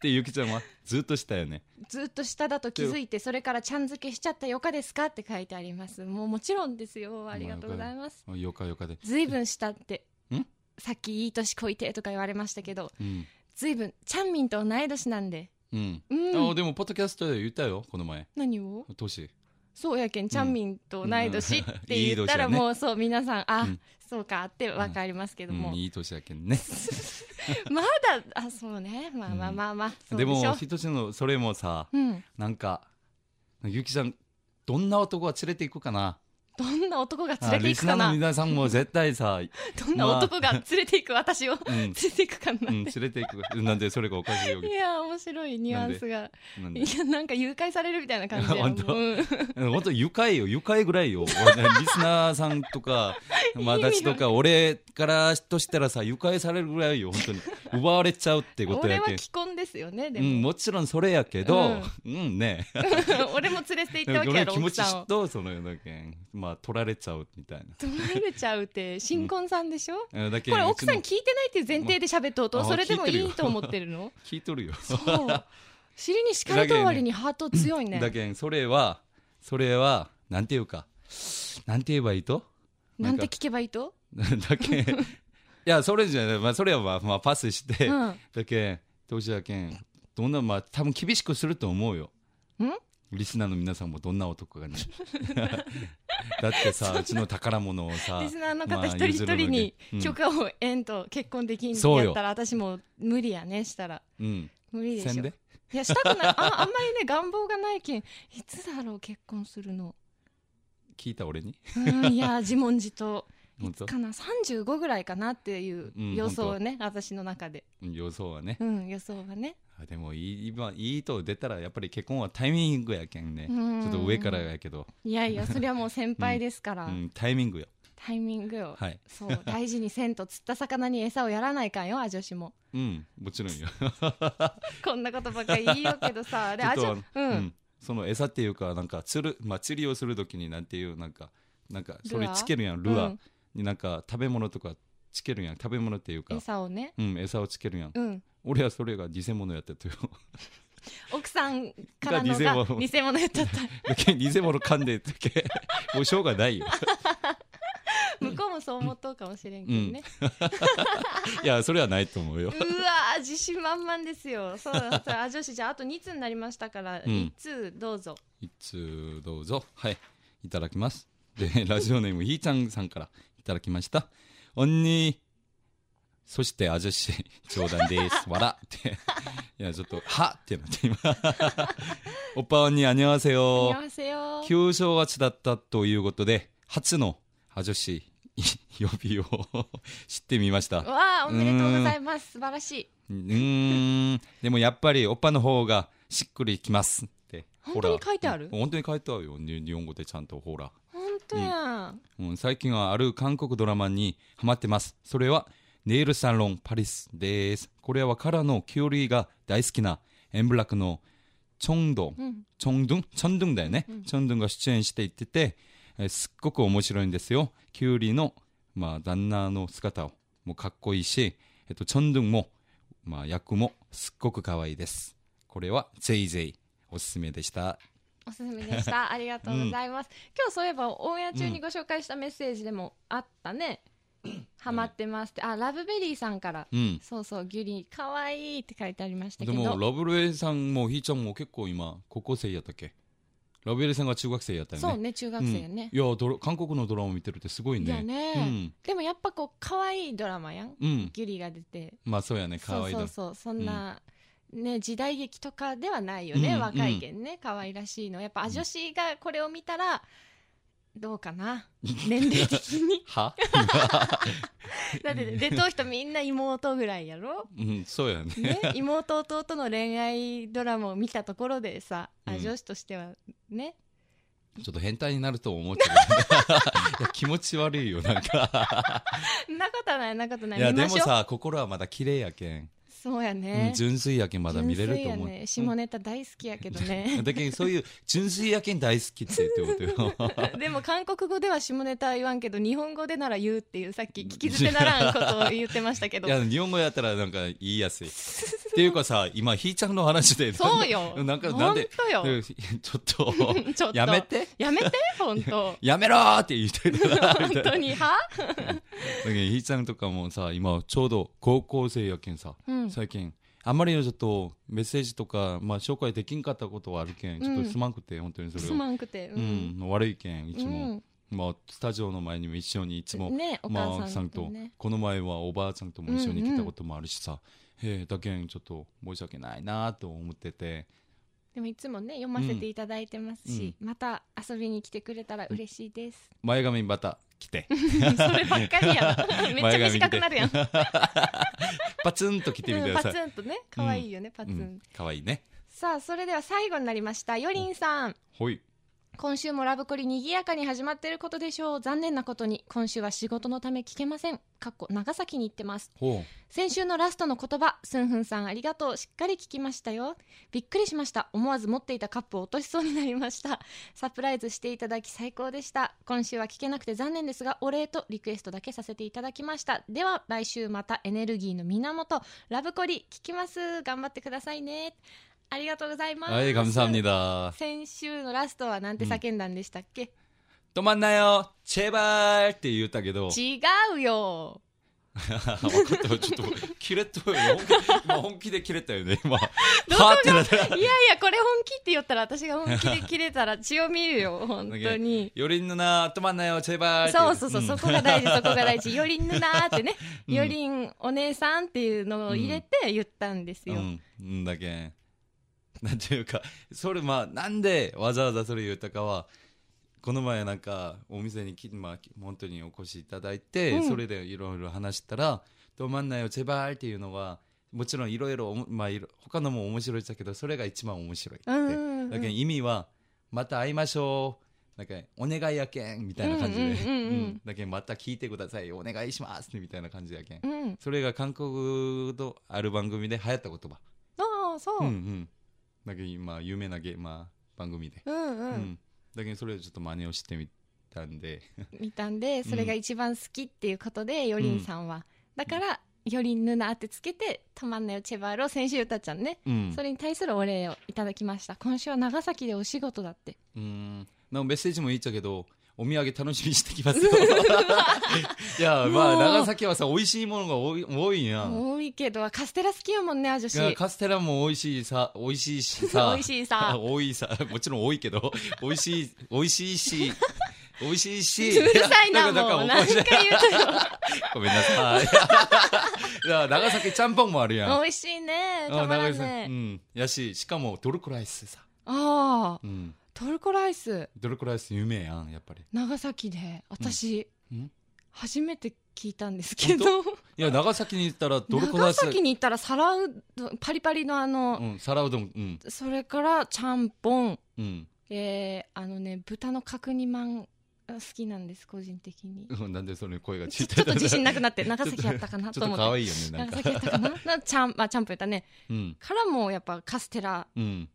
Speaker 1: で、ゆきちゃんはずっとしたよね。
Speaker 2: ずっと下だと気づいてそれからちゃん付けしちゃったよかですかって書いてありますもうもちろんですよありがとうございます
Speaker 1: よかよかで。
Speaker 2: ずいぶん下って
Speaker 1: ん
Speaker 2: さっきいい年こいてとか言われましたけど
Speaker 1: うん。
Speaker 2: ずいぶんチャンミンと同い年なんで
Speaker 1: うん。
Speaker 2: うん
Speaker 1: あでも、ポッドキャストで言ったよ、この前。
Speaker 2: 何を
Speaker 1: 年。
Speaker 2: そうやけん、ちゃんみんと同い年って言ったら、
Speaker 1: うんいい年やね
Speaker 2: もうそう、皆さん、あ、
Speaker 1: うん
Speaker 2: そうかってわかりますけ
Speaker 1: う
Speaker 2: ども、
Speaker 1: ん、いい年やけんね。
Speaker 2: まだ、あ、そうね、まあまあまあまあ、そう
Speaker 1: で
Speaker 2: でし
Speaker 1: も、
Speaker 2: ょ。
Speaker 1: 一つの、それもさ、
Speaker 2: うん、
Speaker 1: なんか、ゆきちゃん、どんな男が連れていくかな
Speaker 2: どんな男が連れ
Speaker 1: あ
Speaker 2: て
Speaker 1: リ
Speaker 2: いく
Speaker 1: スナー
Speaker 2: か
Speaker 1: の
Speaker 2: な、
Speaker 1: 皆さんも絶対
Speaker 2: [LAUGHS]
Speaker 1: さ、
Speaker 2: どんな男が連れていく私を [LAUGHS]
Speaker 1: う
Speaker 2: 連
Speaker 1: ん、
Speaker 2: れていくかな
Speaker 1: う。ん、連れていく。なんで、それがおかしいよ
Speaker 2: い。や面白いニュアンスが
Speaker 1: なんで
Speaker 2: いやなんか誘拐されるみたいな感じで
Speaker 1: 本当
Speaker 2: うん
Speaker 1: 本当愉快よ愉快ぐらいよ [LAUGHS] リスナーさんとか友達とか俺からとしたらさ愉快されるぐらいよ本当に奪われちゃうってこと
Speaker 2: 俺
Speaker 1: や
Speaker 2: は
Speaker 1: けん
Speaker 2: 既婚ですよねで
Speaker 1: う
Speaker 2: も、
Speaker 1: ん、もちろんそれやけど、うん、ね。
Speaker 2: [LAUGHS] 俺も連れて行ったわけや
Speaker 1: 俺
Speaker 2: ろ
Speaker 1: 気持
Speaker 2: 奥
Speaker 1: ち知
Speaker 2: さん
Speaker 1: っ
Speaker 2: [LAUGHS] を
Speaker 1: とう、そのようなけん。まあ、取られちゃうみたい
Speaker 2: 取られちゃうって新婚さんでしょ、
Speaker 1: な。だけ
Speaker 2: これ
Speaker 1: うちの
Speaker 2: 奥さん聞いてないっていう前提で喋っとうと
Speaker 1: まあ
Speaker 2: それでも
Speaker 1: 聞いてる
Speaker 2: い
Speaker 1: よ
Speaker 2: いと思ってるの
Speaker 1: 聞いとるよ。
Speaker 2: そう尻に敷かれた割にハート強いね
Speaker 1: だけん、それは、それは、なんていうか、なんて言えばいいと [LAUGHS]
Speaker 2: なんて聞けばいいと
Speaker 1: だけん、いや、それじゃない、まあ、それはまあ、まあ、パスして、
Speaker 2: うん
Speaker 1: だけん、どうしだけん、どんな、まあ、多分厳しくすると思うよ。
Speaker 2: ん
Speaker 1: リスナーの皆さんもどんな男
Speaker 2: [LAUGHS]
Speaker 1: がね。だってさ、うちの宝物をさ、
Speaker 2: リスナーの
Speaker 1: ま
Speaker 2: 方
Speaker 1: あ
Speaker 2: 一人一人に
Speaker 1: 譲るのにうん
Speaker 2: 許可をえんと結婚できんって
Speaker 1: そうよ
Speaker 2: やったら私も無理やねしたら
Speaker 1: うん。
Speaker 2: 無理でし
Speaker 1: 宣
Speaker 2: ょ
Speaker 1: 伝
Speaker 2: いやしたくないああんまりね願望がないけんいつだろう結婚するの
Speaker 1: 聞いた俺に
Speaker 2: うん
Speaker 1: [LAUGHS]
Speaker 2: いや自問自答い
Speaker 1: 本
Speaker 2: つ
Speaker 1: 当
Speaker 2: かな35ぐらいかなっていう予想をね、私の中で
Speaker 1: うん予想はね、
Speaker 2: うん予想はね
Speaker 1: あでもいい今いいと出たらやっぱり結婚はタイミングやけんね、
Speaker 2: うん
Speaker 1: ちょっと上からやけど、
Speaker 2: いやいやそれはもう先輩ですか
Speaker 1: う
Speaker 2: ら、
Speaker 1: ん、タイミングよ
Speaker 2: タイミングを、
Speaker 1: はい
Speaker 2: そう大事にせんと釣った魚に餌をやらないかんよアジョシ
Speaker 1: [LAUGHS]
Speaker 2: も
Speaker 1: うんもちろんよ
Speaker 2: こんなことばっかり言いようけどさで
Speaker 1: ちょっ
Speaker 2: アジ
Speaker 1: と
Speaker 2: ョうん、
Speaker 1: うんその餌っていうかなんか釣る、まあ、釣りをする時になんていうなんかなんかそれ
Speaker 2: ルアー
Speaker 1: つけるやんルアー
Speaker 2: うん
Speaker 1: になんか食べ物とかつけるやん食べ物っていうか
Speaker 2: 餌をね
Speaker 1: うん餌をつけるやん
Speaker 2: うん
Speaker 1: 俺はそれが偽物やったとよ
Speaker 2: 奥さんからの
Speaker 1: が
Speaker 2: が
Speaker 1: 偽物
Speaker 2: 偽物やっちゃった
Speaker 1: [LAUGHS] だけど [LAUGHS] 偽物噛んでるけ [LAUGHS] もうしょうがないよ [LAUGHS]
Speaker 2: 向こうもそう思っとうかもしれんけどね、
Speaker 1: いやそれはないと思うよ
Speaker 2: うわー自信満々ですよそうだそうだあ女子じゃああと2通になりましたから、
Speaker 1: うん
Speaker 2: 2通どうぞ
Speaker 1: 一通どうぞはいいただきますで [LAUGHS] ラジオネームひーちゃんさんからいただきました언니そしてあじゃし [LAUGHS] 冗談です笑っていやちょっとはってなって今 [LAUGHS] おっぱ언니안녕하세요
Speaker 2: 幸せよ
Speaker 1: 9勝勝ちだったということで初のあじゃし [LAUGHS] 予備を [LAUGHS] 知ってみました
Speaker 2: わあおめでとうございます素晴らしいう
Speaker 1: ーんでもやっぱりおっぱの方がしっくりきますって
Speaker 2: 本当に書いてある
Speaker 1: ほら本当に書いてあるよに日本語でちゃんとほら、
Speaker 2: 本当やん、
Speaker 1: うん、最近はある韓国ドラマにハマってますそれはネイルサロンパリスですこれはカラのキュリーが大好きなエンブラックのチョンドン、
Speaker 2: うん
Speaker 1: チョンドゥンチョンドゥンだよね、チョンドゥンが出演していってて、えーすっごく面白いんですよキュウリの、まあ、旦那の姿をもうかっこいいし、えっと、チョンドゥンも、まあ、役もすっごく可愛いですこれは JJ おすすめでした
Speaker 2: おすすめで
Speaker 1: [LAUGHS]
Speaker 2: した。ありがとうございます。今日そういえばオンエア中にご紹介したメッセージでもあった
Speaker 1: [COUGHS]
Speaker 2: ね。ハマってますって。あ、ラブベリーさんから。
Speaker 1: うん
Speaker 2: そうそう、ギュリー、かわいいって書いてありましたけ
Speaker 1: で
Speaker 2: ど。
Speaker 1: もラブレイさんもひーちゃんも結構今高校生やったっけラブレイさんが中学生やったよね
Speaker 2: そうね、中学生よね。
Speaker 1: うんいやドラ韓国のドラマ見てるってすごいね
Speaker 2: いやね
Speaker 1: うん
Speaker 2: でもやっぱこう、かわいいドラマやん。
Speaker 1: うん
Speaker 2: ギュリーが出て。
Speaker 1: まあそうやね可
Speaker 2: そう
Speaker 1: 愛い
Speaker 2: そ
Speaker 1: だ
Speaker 2: うそう、そんな、ね、時代劇とかではないよね、
Speaker 1: うん
Speaker 2: 若いけんね、可愛らしいの。やっぱ、あ女子がこれを見たら、どうか
Speaker 1: [LAUGHS]
Speaker 2: な、年齢的に。
Speaker 1: は、
Speaker 2: だって出とう人みんな妹ぐらいや
Speaker 1: [LAUGHS]
Speaker 2: ろ
Speaker 1: うん、そうやね
Speaker 2: ね、妹弟の恋愛ドラマを見たところでさ、あ
Speaker 1: うん
Speaker 2: 女子としてはね
Speaker 1: ちょっと変態になると思うけど、
Speaker 2: [LAUGHS]
Speaker 1: いや気持ち悪いよ、なんか。
Speaker 2: んなことはないんなことないい
Speaker 1: や、
Speaker 2: 見
Speaker 1: で
Speaker 2: ま
Speaker 1: も
Speaker 2: しょう
Speaker 1: さ、心はまだ綺麗やけん。
Speaker 2: そうや
Speaker 1: うん
Speaker 2: ね、
Speaker 1: 純粋やけんまだ見れると思
Speaker 2: 純
Speaker 1: う。
Speaker 2: 粋やね下ネタ大好きやけ
Speaker 1: [LAUGHS]
Speaker 2: どね
Speaker 1: だけど、そういう純粋やけん大好きってってことよ。
Speaker 2: [LAUGHS] でも韓国語では下ネタは言わんけど日本語でなら言うっていうさっき聞き捨てならんことを言ってましたけど
Speaker 1: いや、日本語やったらなんか言いやすい。っていうかさ、今、ひーちゃんの話で。
Speaker 2: そう
Speaker 1: [LAUGHS]
Speaker 2: よ
Speaker 1: なんか、なんで、
Speaker 2: ほんと
Speaker 1: [LAUGHS]
Speaker 2: よ
Speaker 1: ちょっと、
Speaker 2: ちょっと
Speaker 1: やめて
Speaker 2: やめて本
Speaker 1: [LAUGHS]
Speaker 2: 当
Speaker 1: やめろーって言いたいな。みた
Speaker 2: [LAUGHS] 本
Speaker 1: いな
Speaker 2: 当には
Speaker 1: だけどひーちゃんとかもさ今ちょうど高校生やけんさ、
Speaker 2: うん
Speaker 1: 最近あんまりちょっとメッセージとか、まあ、紹介できんかったことはあるけんちょっとすまんくて、本当にそれを
Speaker 2: すまんくて、う
Speaker 1: うんん、悪いけんいつも、まあ、スタジオの前にも一緒にいつも、
Speaker 2: ねお
Speaker 1: まあ、
Speaker 2: 母
Speaker 1: 奥さ
Speaker 2: さ
Speaker 1: ん
Speaker 2: んと
Speaker 1: と、
Speaker 2: ね、
Speaker 1: この前はおばあちゃんとも一緒に来たこともあるしさ、えーだけんちょっと申し訳ないなと思ってて
Speaker 2: でもいつもね読ませていただいてますし、また遊びに来てくれたら嬉しいです。
Speaker 1: [LAUGHS] 前髪また来
Speaker 2: [LAUGHS]
Speaker 1: て
Speaker 2: そればっかりやん。めっちゃ短くなるやん。うん
Speaker 1: パツンと来てみてくだ
Speaker 2: パ
Speaker 1: さい、
Speaker 2: ツンとね、可愛いよね、パ
Speaker 1: う
Speaker 2: ツン
Speaker 1: ん。、かわいいね
Speaker 2: さあ、それでは最後になりました。よりんさん。
Speaker 1: ほい
Speaker 2: 今週もラブコリ賑やかに始まっていることでしょう。残念なことに、今週は仕事のため聞けません。かっこ長崎に行ってます。
Speaker 1: ほ
Speaker 2: 先週のラストの言葉、スンフンさんありがとう。しっかり聞きましたよ。びっくりしました。思わず持っていたカップを落としそうになりました。 [LAUGHS] サプライズしていただき最高でした。今週は聞けなくて残念ですが、お礼とリクエストだけさせていただきました。では、来週またエネルギーの源、ラブコリ聞きます。頑張ってくださいね。ありがとうございうます。
Speaker 1: はい감사합니다
Speaker 2: 先週のラストはなんて叫んだんでしたっけ、
Speaker 1: 止まんなよチェバーって言ったけど、
Speaker 2: 違うよ。
Speaker 1: 分かったよちょっと、キレッとよ。本気今本気でキレたよ
Speaker 2: [LAUGHS]
Speaker 1: ね、今。は
Speaker 2: どこが
Speaker 1: ーってなった。
Speaker 2: いやいや、これ本気って言ったら、私が本気で切れた
Speaker 1: [LAUGHS]
Speaker 2: ら血を見るよ、本当に。
Speaker 1: よりんのな、止まんなよ、チェバーって
Speaker 2: そうそうそう、
Speaker 1: ん
Speaker 2: そこが大事、
Speaker 1: [LAUGHS]
Speaker 2: そこが大事。よりんぬなーってね、よりんお姉さんっていうのを入れて言ったんです
Speaker 1: う
Speaker 2: よ。
Speaker 1: ん、うんだけん。なんていうか、それまあ、なんでわざわざそれ言ったかは、この前なんか、お店にき、まあ、本当にお越しいただいて、
Speaker 2: うん
Speaker 1: それでいろいろ話したら、止まんなよ、チェバーっていうのは、もちろんいろいろおも、まあいろ、他のも面白いだけど、それが一番面白いって。
Speaker 2: うんうんうん
Speaker 1: だけん意味は、また会いましょう。なんか、お願いやけんみたいな感じで。
Speaker 2: うんうんうんうん
Speaker 1: だけんまた聞いてください。お願いしますみたいな感じやけん。
Speaker 2: うん。
Speaker 1: それが韓国のある番組で流行った言葉。
Speaker 2: ああ、そうう。
Speaker 1: んうん。なんか今、有名なゲ、まあ、番組で、
Speaker 2: うんう
Speaker 1: うんん、だけどそれをちょっと真似をしてみたんで
Speaker 2: 見たんでそれが一番好きっていうことで、よりんさんはだからよりんぬなってつけて「たまんないよチェバール」を先週歌っちゃんね、
Speaker 1: うん
Speaker 2: それに対するお礼をいただきました今週は長崎でお仕事だって
Speaker 1: うんなんかメッセージもいいっちゃけどお土産楽しみにしてきますよ [LAUGHS] いやまあ
Speaker 2: もう
Speaker 1: 長崎はさ美味しいものが多い多いんやん
Speaker 2: 多いけどカステラ好きやもんねあ女
Speaker 1: いや
Speaker 2: 子
Speaker 1: カステラも美味しい
Speaker 2: [LAUGHS]
Speaker 1: さ美味しいしさ
Speaker 2: 美味しいさ
Speaker 1: [LAUGHS] 多いさもちろん多いけ
Speaker 2: [LAUGHS]
Speaker 1: ど美味しい美味しいし美味しいし
Speaker 2: うるさいな
Speaker 1: だから
Speaker 2: もう
Speaker 1: だから
Speaker 2: 何
Speaker 1: 怒ら
Speaker 2: [LAUGHS] 回
Speaker 1: れ
Speaker 2: 言うと
Speaker 1: ごめんなさい [LAUGHS] いや長崎ちゃんぽんもあるやん
Speaker 2: よ美味しいねたまらん
Speaker 1: う
Speaker 2: ね
Speaker 1: ん、やししかもドルコライスさ、
Speaker 2: ああ
Speaker 1: うん、
Speaker 2: トルコライス
Speaker 1: ドルコライス有名やんやっぱり
Speaker 2: 長崎で私、
Speaker 1: うんうん
Speaker 2: 初めて聞いたんですけど
Speaker 1: いや長崎に行ったらドルコラ
Speaker 2: 長
Speaker 1: イス、
Speaker 2: 崎に行ったら皿うどんパリパリのあの、
Speaker 1: うん、皿うどんうん
Speaker 2: それからちゃんぽん
Speaker 1: うん
Speaker 2: えー、あのね豚の角煮まんが好きなんです個人的に
Speaker 1: うん [LAUGHS] なんでそれ声が
Speaker 2: ち
Speaker 1: 小さい
Speaker 2: ょちょっと自信なくなって
Speaker 1: ちょ
Speaker 2: 長
Speaker 1: っと
Speaker 2: 崎やったかな
Speaker 1: ち
Speaker 2: と
Speaker 1: ょっ
Speaker 2: 思
Speaker 1: と
Speaker 2: っ
Speaker 1: 可
Speaker 2: て
Speaker 1: 愛いよねなん
Speaker 2: 長
Speaker 1: か
Speaker 2: 崎やったかななち [LAUGHS] ゃんあちゃんぽんやったね
Speaker 1: うん
Speaker 2: からもやっぱカステラ
Speaker 1: うん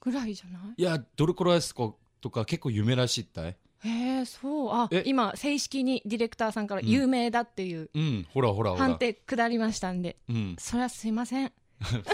Speaker 2: ぐらいじゃない
Speaker 1: いやドルコライスとか結構有名らしいったい
Speaker 2: へえそうあ
Speaker 1: え
Speaker 2: 今正式にディレクターさんから
Speaker 1: うん
Speaker 2: 有名だっていう
Speaker 1: うんほらほらほら
Speaker 2: 判定下りましたんで、 [LAUGHS]
Speaker 1: うん
Speaker 2: それはすいません
Speaker 1: そう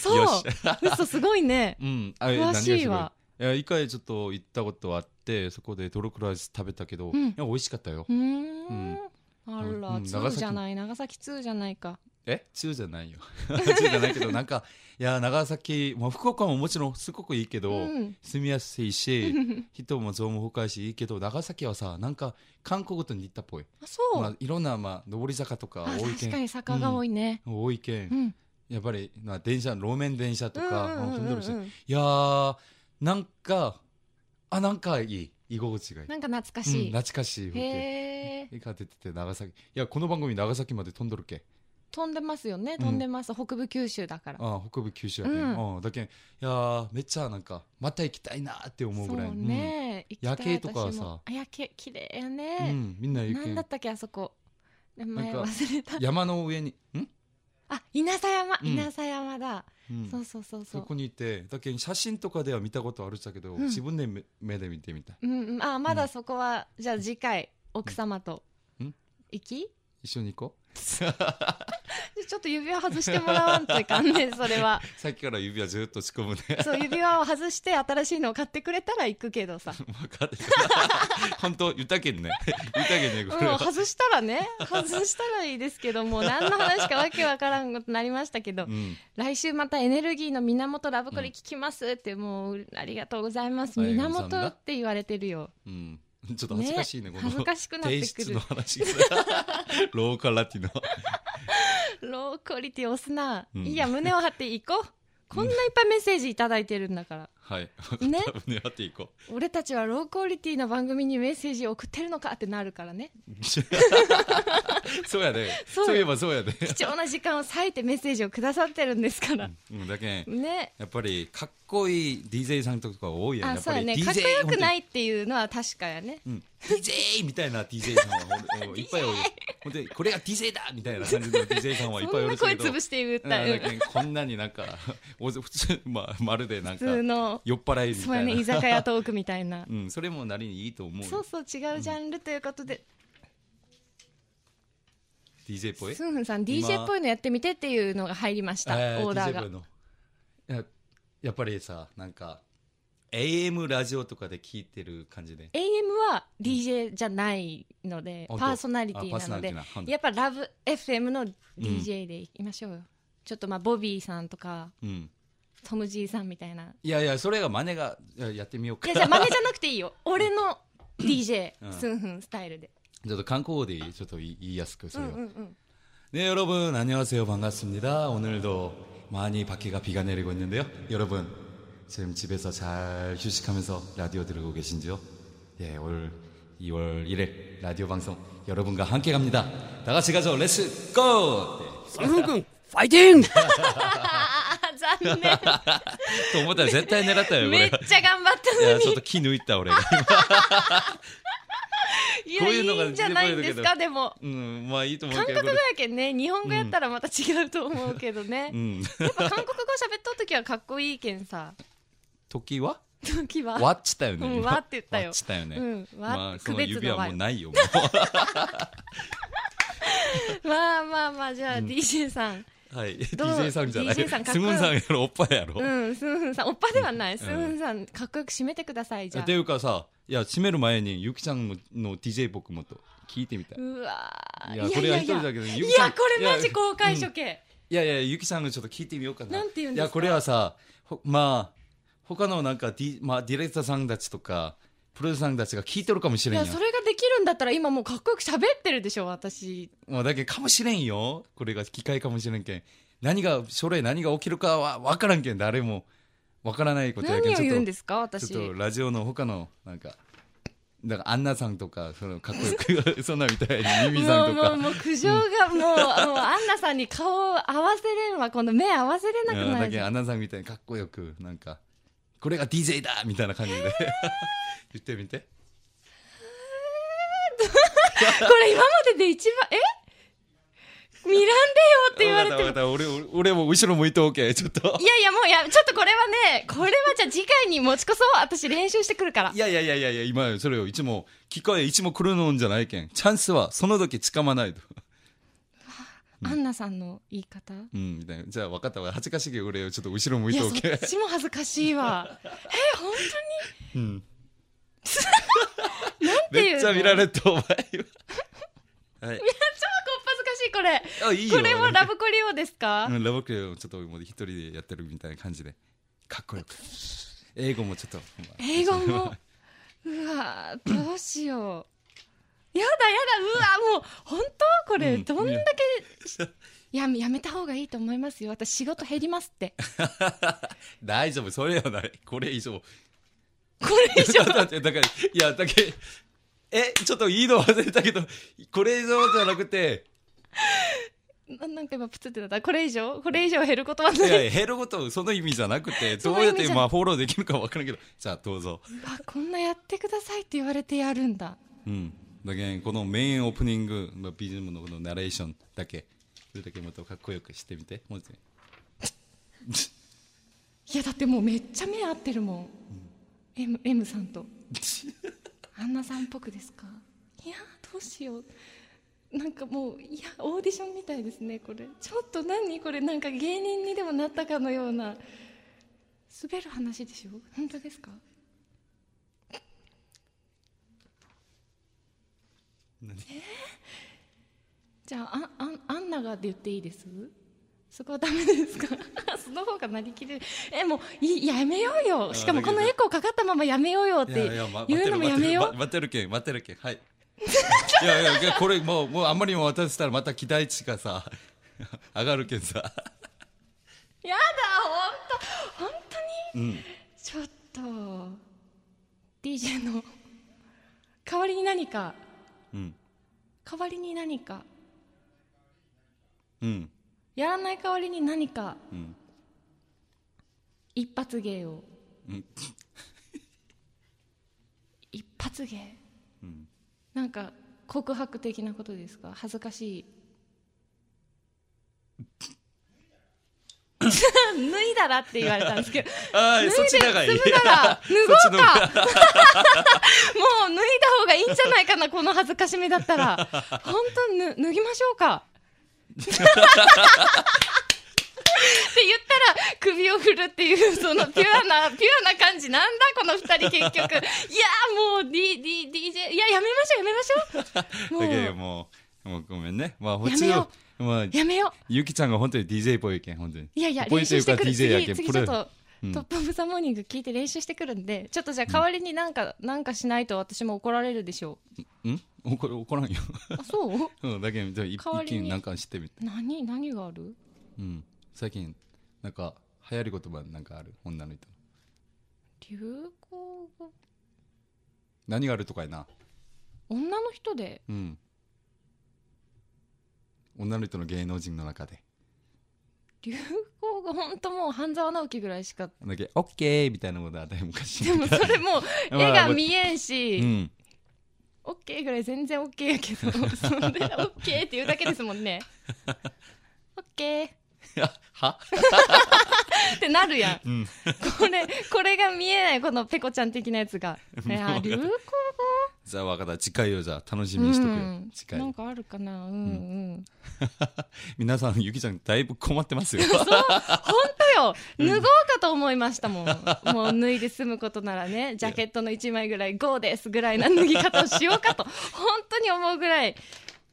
Speaker 2: そう
Speaker 1: よし
Speaker 2: 嘘すご
Speaker 1: [LAUGHS]
Speaker 2: いね
Speaker 1: うんあ
Speaker 2: 詳しいわ
Speaker 1: 何がすごいいや一回ちょっと行ったことあってそこでドルコライス食べたけど、
Speaker 2: うん
Speaker 1: いや美味しかったよ、
Speaker 2: うーんんあ
Speaker 1: う
Speaker 2: ら
Speaker 1: ん
Speaker 2: 2じゃない長崎2じゃないか
Speaker 1: え中じゃないよ [LAUGHS] 中じゃないけどなんかいや長崎、まあ、福岡ももちろんすごくいいけど、
Speaker 2: うん
Speaker 1: 住みやすいし人も増も深いしいいけど長崎はさなんか韓国と似たっぽい、
Speaker 2: [LAUGHS] あそう、
Speaker 1: まあ、いろんな、まあ、上り坂とか
Speaker 2: あ
Speaker 1: 多い
Speaker 2: 確か
Speaker 1: 県
Speaker 2: に坂が多いね、
Speaker 1: 多い県、
Speaker 2: うん、
Speaker 1: やっぱり、まあ、電車路面電車とか、
Speaker 2: うんうんうんうんうん
Speaker 1: あ飛んでるしいやーなんかあなんかいい居心地がいい
Speaker 2: なんか懐か
Speaker 1: うん
Speaker 2: しい、
Speaker 1: 懐かしい風
Speaker 2: へえ
Speaker 1: 景が出てて長崎いやこの番組長崎まで飛んどるけ
Speaker 2: 飛んでますよね
Speaker 1: うん
Speaker 2: 飛んでます、北部九州だから
Speaker 1: ああ北部九州やけ、、
Speaker 2: うん
Speaker 1: だけんいやーめっちゃなんかまた行きたいなーって思う
Speaker 2: そ
Speaker 1: ぐらい、
Speaker 2: うね、行きたい
Speaker 1: 夜景とかは
Speaker 2: 私
Speaker 1: さ
Speaker 2: もあ夜景綺麗や
Speaker 1: うんう
Speaker 2: ね、
Speaker 1: んみんな行
Speaker 2: な
Speaker 1: け
Speaker 2: んだ
Speaker 1: ん
Speaker 2: ったっけあそこ名前
Speaker 1: なんか
Speaker 2: 忘れた
Speaker 1: 山の上にん、
Speaker 2: あ稲佐山
Speaker 1: うん
Speaker 2: 稲佐山だ、
Speaker 1: うん
Speaker 2: そうそうそうそ
Speaker 1: そうこにいてだけん写真とかでは見たことあるっちゃけど、
Speaker 2: うん
Speaker 1: 自分で目目で見てみたい
Speaker 2: うんうんあま
Speaker 1: う
Speaker 2: だ
Speaker 1: ん
Speaker 2: そこは、じゃあ次回奥様と
Speaker 1: うん
Speaker 2: 行き [LAUGHS]
Speaker 1: 一緒に行こう
Speaker 2: ちょっと指輪外してもらわんといか
Speaker 1: [LAUGHS]
Speaker 2: んねそれは
Speaker 1: さっきから指輪ずっと仕込
Speaker 2: [LAUGHS]
Speaker 1: むね
Speaker 2: そう指輪を外して新しいのを買ってくれたら行くけ
Speaker 1: [LAUGHS]
Speaker 2: どさ
Speaker 1: 分かる本当言ったけんね [LAUGHS] 言ったけんねこれ
Speaker 2: うん、
Speaker 1: は、
Speaker 2: 外したらね外したらいいですけどもう何の話かわけわからんことになりましたけど、
Speaker 1: うん
Speaker 2: 来週またエネルギーの源ラブコリ聞きますって、もうありがとうございます
Speaker 1: ありがとうございます
Speaker 2: 源って言われてるよ
Speaker 1: うん、 [LAUGHS] ちょっと恥ずかしいねこの
Speaker 2: 恥ずかしくなって
Speaker 1: 提
Speaker 2: く
Speaker 1: 出
Speaker 2: る
Speaker 1: の
Speaker 2: [LAUGHS]
Speaker 1: 話がローカラティの
Speaker 2: ロークオリティ押すな、
Speaker 1: うん
Speaker 2: いいや胸を張っていこうこんないっぱいメッセージいただいてるんだから、
Speaker 1: はい [LAUGHS]
Speaker 2: ね
Speaker 1: 多分狙っていこう
Speaker 2: 俺たちはロークオリティの番組にメッセージ送ってるのかってなるからね
Speaker 1: [LAUGHS] そうやね。
Speaker 2: そ
Speaker 1: そ
Speaker 2: うよ
Speaker 1: ういえばそうやね。
Speaker 2: 貴重な時間を割いてメッセージをくださってるんですから、
Speaker 1: うん、だけん
Speaker 2: ね
Speaker 1: やっぱりかっこいい DJ さんとか多いやん。
Speaker 2: あ
Speaker 1: やっ
Speaker 2: そ
Speaker 1: ぱ
Speaker 2: うや
Speaker 1: り
Speaker 2: ね
Speaker 1: DJ。
Speaker 2: かっこよくないいっていうのは確かやね
Speaker 1: 本当にうん DJ みたいな DJ さんはほん
Speaker 2: [LAUGHS]
Speaker 1: といっぱいおる。ほんでこれが DJ だみたいな感じの DJ さんはいっぱいおる
Speaker 2: そん
Speaker 1: け
Speaker 2: な
Speaker 1: ど
Speaker 2: 声潰して言った
Speaker 1: うんだ
Speaker 2: よ
Speaker 1: けんこんなになんかお普通まあまるでなん
Speaker 2: 普
Speaker 1: か
Speaker 2: 通の
Speaker 1: 酔っ払いみ
Speaker 2: そう
Speaker 1: た
Speaker 2: や
Speaker 1: いな。
Speaker 2: ね居酒屋トークみたいな
Speaker 1: [LAUGHS] うん、それもなりにいいと思うよ。
Speaker 2: そうそう違うジャンルということで、
Speaker 1: DJ っぽい。
Speaker 2: スンフンさん DJ っぽいのやってみてっていうのが入りました、
Speaker 1: えー
Speaker 2: オーダ
Speaker 1: DJ
Speaker 2: ーが
Speaker 1: 部のいややっぱりさなんか AM ラジオとかで聞いてる感じで
Speaker 2: AM は DJ じゃないので、
Speaker 1: 本当
Speaker 2: パーソナリティ
Speaker 1: あパー
Speaker 2: な
Speaker 1: ソナリ
Speaker 2: の
Speaker 1: ティ
Speaker 2: で
Speaker 1: な本当
Speaker 2: やっぱラブ f m の DJ でいきましょうよ、ちょっとまあボビーさんとか
Speaker 1: うん
Speaker 2: トム・ジーさんみたい
Speaker 1: [LAUGHS]
Speaker 2: ない
Speaker 1: やいやそれが真似がいややってみよう
Speaker 2: い
Speaker 1: か
Speaker 2: やじゃあ真似じゃなくていいよ俺の DJ、
Speaker 1: うん
Speaker 2: スンフンスタイルで
Speaker 1: [LAUGHS] ちょっと韓国語でいいちょっと言いやすくそれを、
Speaker 2: うんうん
Speaker 1: 네 여러분 안녕하세요 반갑습니다 오늘도 많이 밖에가 비가 내리고 있는데요 여러분 지금 집에서 잘 휴식하면서 라디오 들고 계신지요? 예, 올 2월 1일 라디오 방송 여러분과 함께 갑니다 다 같이 가죠 렛츠 고! 네.
Speaker 3: ソルフン君、ファイティング
Speaker 2: ああ
Speaker 1: [LAUGHS]
Speaker 2: 残念
Speaker 1: と思ったら絶対狙ったよ、こ
Speaker 2: め
Speaker 1: れ。
Speaker 2: っ
Speaker 1: い
Speaker 2: ちゃ頑張ったの
Speaker 1: や、
Speaker 2: に
Speaker 1: ちょっと気抜いた、俺。
Speaker 2: いや
Speaker 1: こう
Speaker 2: い
Speaker 1: いうのが
Speaker 2: いんじゃないんですかでも
Speaker 1: うん、まあいいと思う
Speaker 2: 韓
Speaker 1: け
Speaker 2: 国
Speaker 1: ど、
Speaker 2: 語
Speaker 1: こ
Speaker 2: や
Speaker 1: れ。
Speaker 2: けんね日本語やったらまた違うと思うけどね、
Speaker 1: うん。
Speaker 2: やっぱ韓国語喋っとう時はかっこいいけんさ
Speaker 1: 時は
Speaker 2: 時は
Speaker 1: わっちたよね。
Speaker 2: うん
Speaker 1: 今
Speaker 2: わって言ったよ
Speaker 1: わっちたよね。
Speaker 2: うんわ
Speaker 1: まあ、
Speaker 2: 区
Speaker 1: その
Speaker 2: 別
Speaker 1: 指
Speaker 2: の
Speaker 1: は
Speaker 2: わ
Speaker 1: も
Speaker 2: よ
Speaker 1: うないよ。も
Speaker 2: まあまあまあじゃあ DJ さん
Speaker 1: うはい。
Speaker 2: どう
Speaker 1: DJ さんじゃない。
Speaker 2: DJ さんかっ
Speaker 1: ス
Speaker 2: こよ
Speaker 1: ムンさんやろ、おっぱいやろ。
Speaker 2: うんスンフンさんおっぱではないスンフンさんかっこよく締めてくださいじゃ
Speaker 1: っ
Speaker 2: あ
Speaker 1: ていうかさ、いや、閉める前に、ゆきちゃんのの DJ 僕もと聞いてみたい。
Speaker 2: うわー
Speaker 1: いや、これは一人だけど、
Speaker 2: い
Speaker 1: ゆ
Speaker 2: や
Speaker 1: きさん。
Speaker 2: これマジ公開
Speaker 1: いや
Speaker 2: 処刑
Speaker 1: いやいや、ゆきさんがちょっと聞いてみようかな。
Speaker 2: なんて言うんですか
Speaker 1: いや、これはさ、ほまあ、他のなんか、ディまあ、ディレクターさんたちとか、プロデューサーさんたちが聞いてるかもし
Speaker 2: い
Speaker 1: れん
Speaker 2: や
Speaker 1: よ。
Speaker 2: それができるんだったら今もうかっこよく喋ってるでしょ私
Speaker 1: まあ、だけどかもしれんよ。これが機会かもしれんけん。何が、将来何が起きるかは分からんけん、誰も分からないことや
Speaker 2: 何
Speaker 1: けん、
Speaker 2: を言うん
Speaker 1: ちょ
Speaker 2: で
Speaker 1: っ
Speaker 2: すか
Speaker 1: と、
Speaker 2: 私
Speaker 1: ちょっとラジオの他の、なんか、だからアンナさんとか、そのかっこよく、そんなみたいに、ミミさ
Speaker 2: もうん
Speaker 1: と
Speaker 2: もう
Speaker 1: か。
Speaker 2: もう苦情がもうもうアンナさんに顔を合わせれんわ今度目合わせれなく
Speaker 1: うん
Speaker 2: な
Speaker 1: だけ
Speaker 2: るじ
Speaker 1: ど
Speaker 2: ゃ
Speaker 1: ア
Speaker 2: ん
Speaker 1: ンナさんみたいにかっこよく、なんか、これが DJ だみたいな感じで、言ってみて。
Speaker 2: [LAUGHS] これ今までで一番え見らんでよって言われて
Speaker 1: わか
Speaker 2: も
Speaker 1: ったわかった俺俺も後ろ向いておけちょっと
Speaker 2: いやいやもうやちょっとこれはねこれはじゃあ次回に持ち越そう私練習してくるから
Speaker 1: いやいやいやいやいや今それをいつも機会いつも来るのんじゃないけんチャンスはその時つかまないと
Speaker 2: アンナさんの言い方
Speaker 1: うんみたいなじゃあ分かったわ恥ずかしいけど俺ちょっと後ろ向い
Speaker 2: い
Speaker 1: て
Speaker 2: や
Speaker 1: お
Speaker 2: そっ
Speaker 1: け
Speaker 2: ちも恥ずかしいわえ本 [LAUGHS]
Speaker 1: うん
Speaker 2: 当に
Speaker 1: めっちゃ見られたお前は
Speaker 2: [LAUGHS]
Speaker 1: はい
Speaker 2: いや超こっぱずかしいこれ
Speaker 1: あいいよ
Speaker 2: これもラブコリ用ですか、
Speaker 1: うんラブクレをちょっともう一人でやってるみたいな感じでかっこよく英語もちょっと
Speaker 2: 英語もうわどうしようやだやだうわもう本当これ
Speaker 1: うん
Speaker 2: どんだけややめた方がいいと思いますよ私仕事減りますって
Speaker 1: [LAUGHS] 大丈夫それはないこれ以上
Speaker 2: これ以上
Speaker 1: だって、だから、 [LAUGHS] いや、だけ、え、ちょっといいの忘れたけど、これ以上じゃなく
Speaker 2: [LAUGHS]
Speaker 1: て、
Speaker 2: ななんか今プツってなったこれ以上これ以上減ることはない
Speaker 1: いや、減ること、その意味じゃなくて、どうやっ
Speaker 2: その意味
Speaker 1: て、
Speaker 2: じゃ
Speaker 1: まあ、フォローできるか分からんけど、じゃあ、どうぞ。
Speaker 2: うわこんなやってくださいって言われてやるんだ
Speaker 1: うん。だけんこのメインオープニングの BGM のこのナレーションだけ、それだけもっとかっこよくしてみて、もう一回
Speaker 2: いやだってもうめっちゃ目合ってるもん、M, M さんとアンナさんっぽくですかいやどうしようなんかもういやオーディションみたいですねこれちょっと何これなんか芸人にでもなったかのような滑る話でしょ本当ですかえーじゃあああアンナがで言っていいですそこはダメですか [LAUGHS] その方がなりきれるえもういいやめようよしかもこのエコーかかったままやめようよ
Speaker 1: [LAUGHS]
Speaker 2: って
Speaker 1: いやいや、ま、待っ
Speaker 2: 言う
Speaker 1: て
Speaker 2: の
Speaker 1: る、
Speaker 2: も
Speaker 1: 待
Speaker 2: や
Speaker 1: って
Speaker 2: め
Speaker 1: る、
Speaker 2: よ
Speaker 1: ま
Speaker 2: う
Speaker 1: 待ってるけん、待ってるけん、はい。いやいやいや、これ、もう、もう、あんまりも渡したら、また期待値がさ、 [LAUGHS] 上がるけんさ。
Speaker 2: やだ本当本当に、ちょっと DJ の代わりに何か
Speaker 1: うん。
Speaker 2: 代わりに何か
Speaker 1: うん。
Speaker 2: やらない代わりに何か、
Speaker 1: ん
Speaker 2: 一発芸を、
Speaker 1: ん
Speaker 2: [LAUGHS] 一発芸、なんか告白的なことですか恥ずかし
Speaker 1: [LAUGHS]
Speaker 2: い [LAUGHS] 脱いだらって言われたんですけど
Speaker 1: ああ、
Speaker 2: [LAUGHS] 脱いで
Speaker 1: そっち長い。
Speaker 2: するな
Speaker 1: [LAUGHS]
Speaker 2: ら脱ご
Speaker 1: そっ
Speaker 2: う
Speaker 1: ちの
Speaker 2: か
Speaker 1: 方
Speaker 2: [LAUGHS] もう脱いだ方がいいんじゃないかなこの恥ずかしめだったら本当ぬ脱ぎましょうかって言ったら首を振るっていうそのピュ
Speaker 1: [LAUGHS]
Speaker 2: アなピュアな感じなんだこの二人結局いやもう、D D、DJ いややめましょうやめましょ
Speaker 1: [LAUGHS]
Speaker 2: う
Speaker 1: だけど
Speaker 2: も
Speaker 1: もう、もうごめんね。まあ、こっ
Speaker 2: や
Speaker 1: ち
Speaker 2: めよ
Speaker 1: の、まあ
Speaker 2: う、やめよう
Speaker 1: ゆきちゃんが本当に DJ っぽいけん、本当に。
Speaker 2: いやいや、
Speaker 1: ぽ
Speaker 2: 練習してくる。
Speaker 1: というか DJ やけ
Speaker 2: 次、
Speaker 1: ん、プ
Speaker 2: 次ちょ
Speaker 1: ロ
Speaker 2: っと、
Speaker 1: うん
Speaker 2: トップオブザモーニング聞いて練習してくるんで、ちょっとじゃあ代わりになんか、なんかしないと私も怒られるでしょ
Speaker 1: うん怒る怒らんよ。 [LAUGHS]
Speaker 2: う。あ、そう
Speaker 1: うん、だけど、じゃあ、一
Speaker 2: 代わり
Speaker 1: 気
Speaker 2: に
Speaker 1: になんかしてみて。
Speaker 2: 何、何がある
Speaker 1: うん。最近、なんか、流行り言葉なんかある女の人。
Speaker 2: 流行語
Speaker 1: 何があるとかやな。
Speaker 2: 女の人で、
Speaker 1: うん。女の人の芸能人の中で。
Speaker 2: 流行語、ほんともう半沢直樹ぐらいし
Speaker 1: [LAUGHS]
Speaker 2: か。
Speaker 1: だけど、オッケーみたいなことあったよ、昔。
Speaker 2: でもそれもう、
Speaker 1: まあ
Speaker 2: 絵が見えんし、
Speaker 1: うん。 [LAUGHS]
Speaker 2: オッケーぐらい全然オッケーやけど、そんでオッケー
Speaker 1: [LAUGHS]
Speaker 2: って言うだけですもんね。オッケー。
Speaker 1: は
Speaker 2: ってなるやん。
Speaker 1: うん
Speaker 2: これ、これが見えない、このペコちゃん的なやつ
Speaker 1: [LAUGHS]
Speaker 2: が。いや、流行
Speaker 1: じゃあ、わかった。次回をじゃあ、楽しみにしとくよ。
Speaker 2: うん
Speaker 1: 次
Speaker 2: 語。なん
Speaker 1: 回。
Speaker 2: かあるかなうんうん。
Speaker 1: 皆さん、ゆきちゃん、だいぶ困ってます
Speaker 2: [LAUGHS]
Speaker 1: よ。
Speaker 2: 本当よ脱ごうかと思いました
Speaker 1: [LAUGHS]
Speaker 2: もん。もう脱いで済むことならね、ジャケットの1枚ぐらい、ゴーですぐらいな脱ぎ方をしようかと、本当に思うぐらい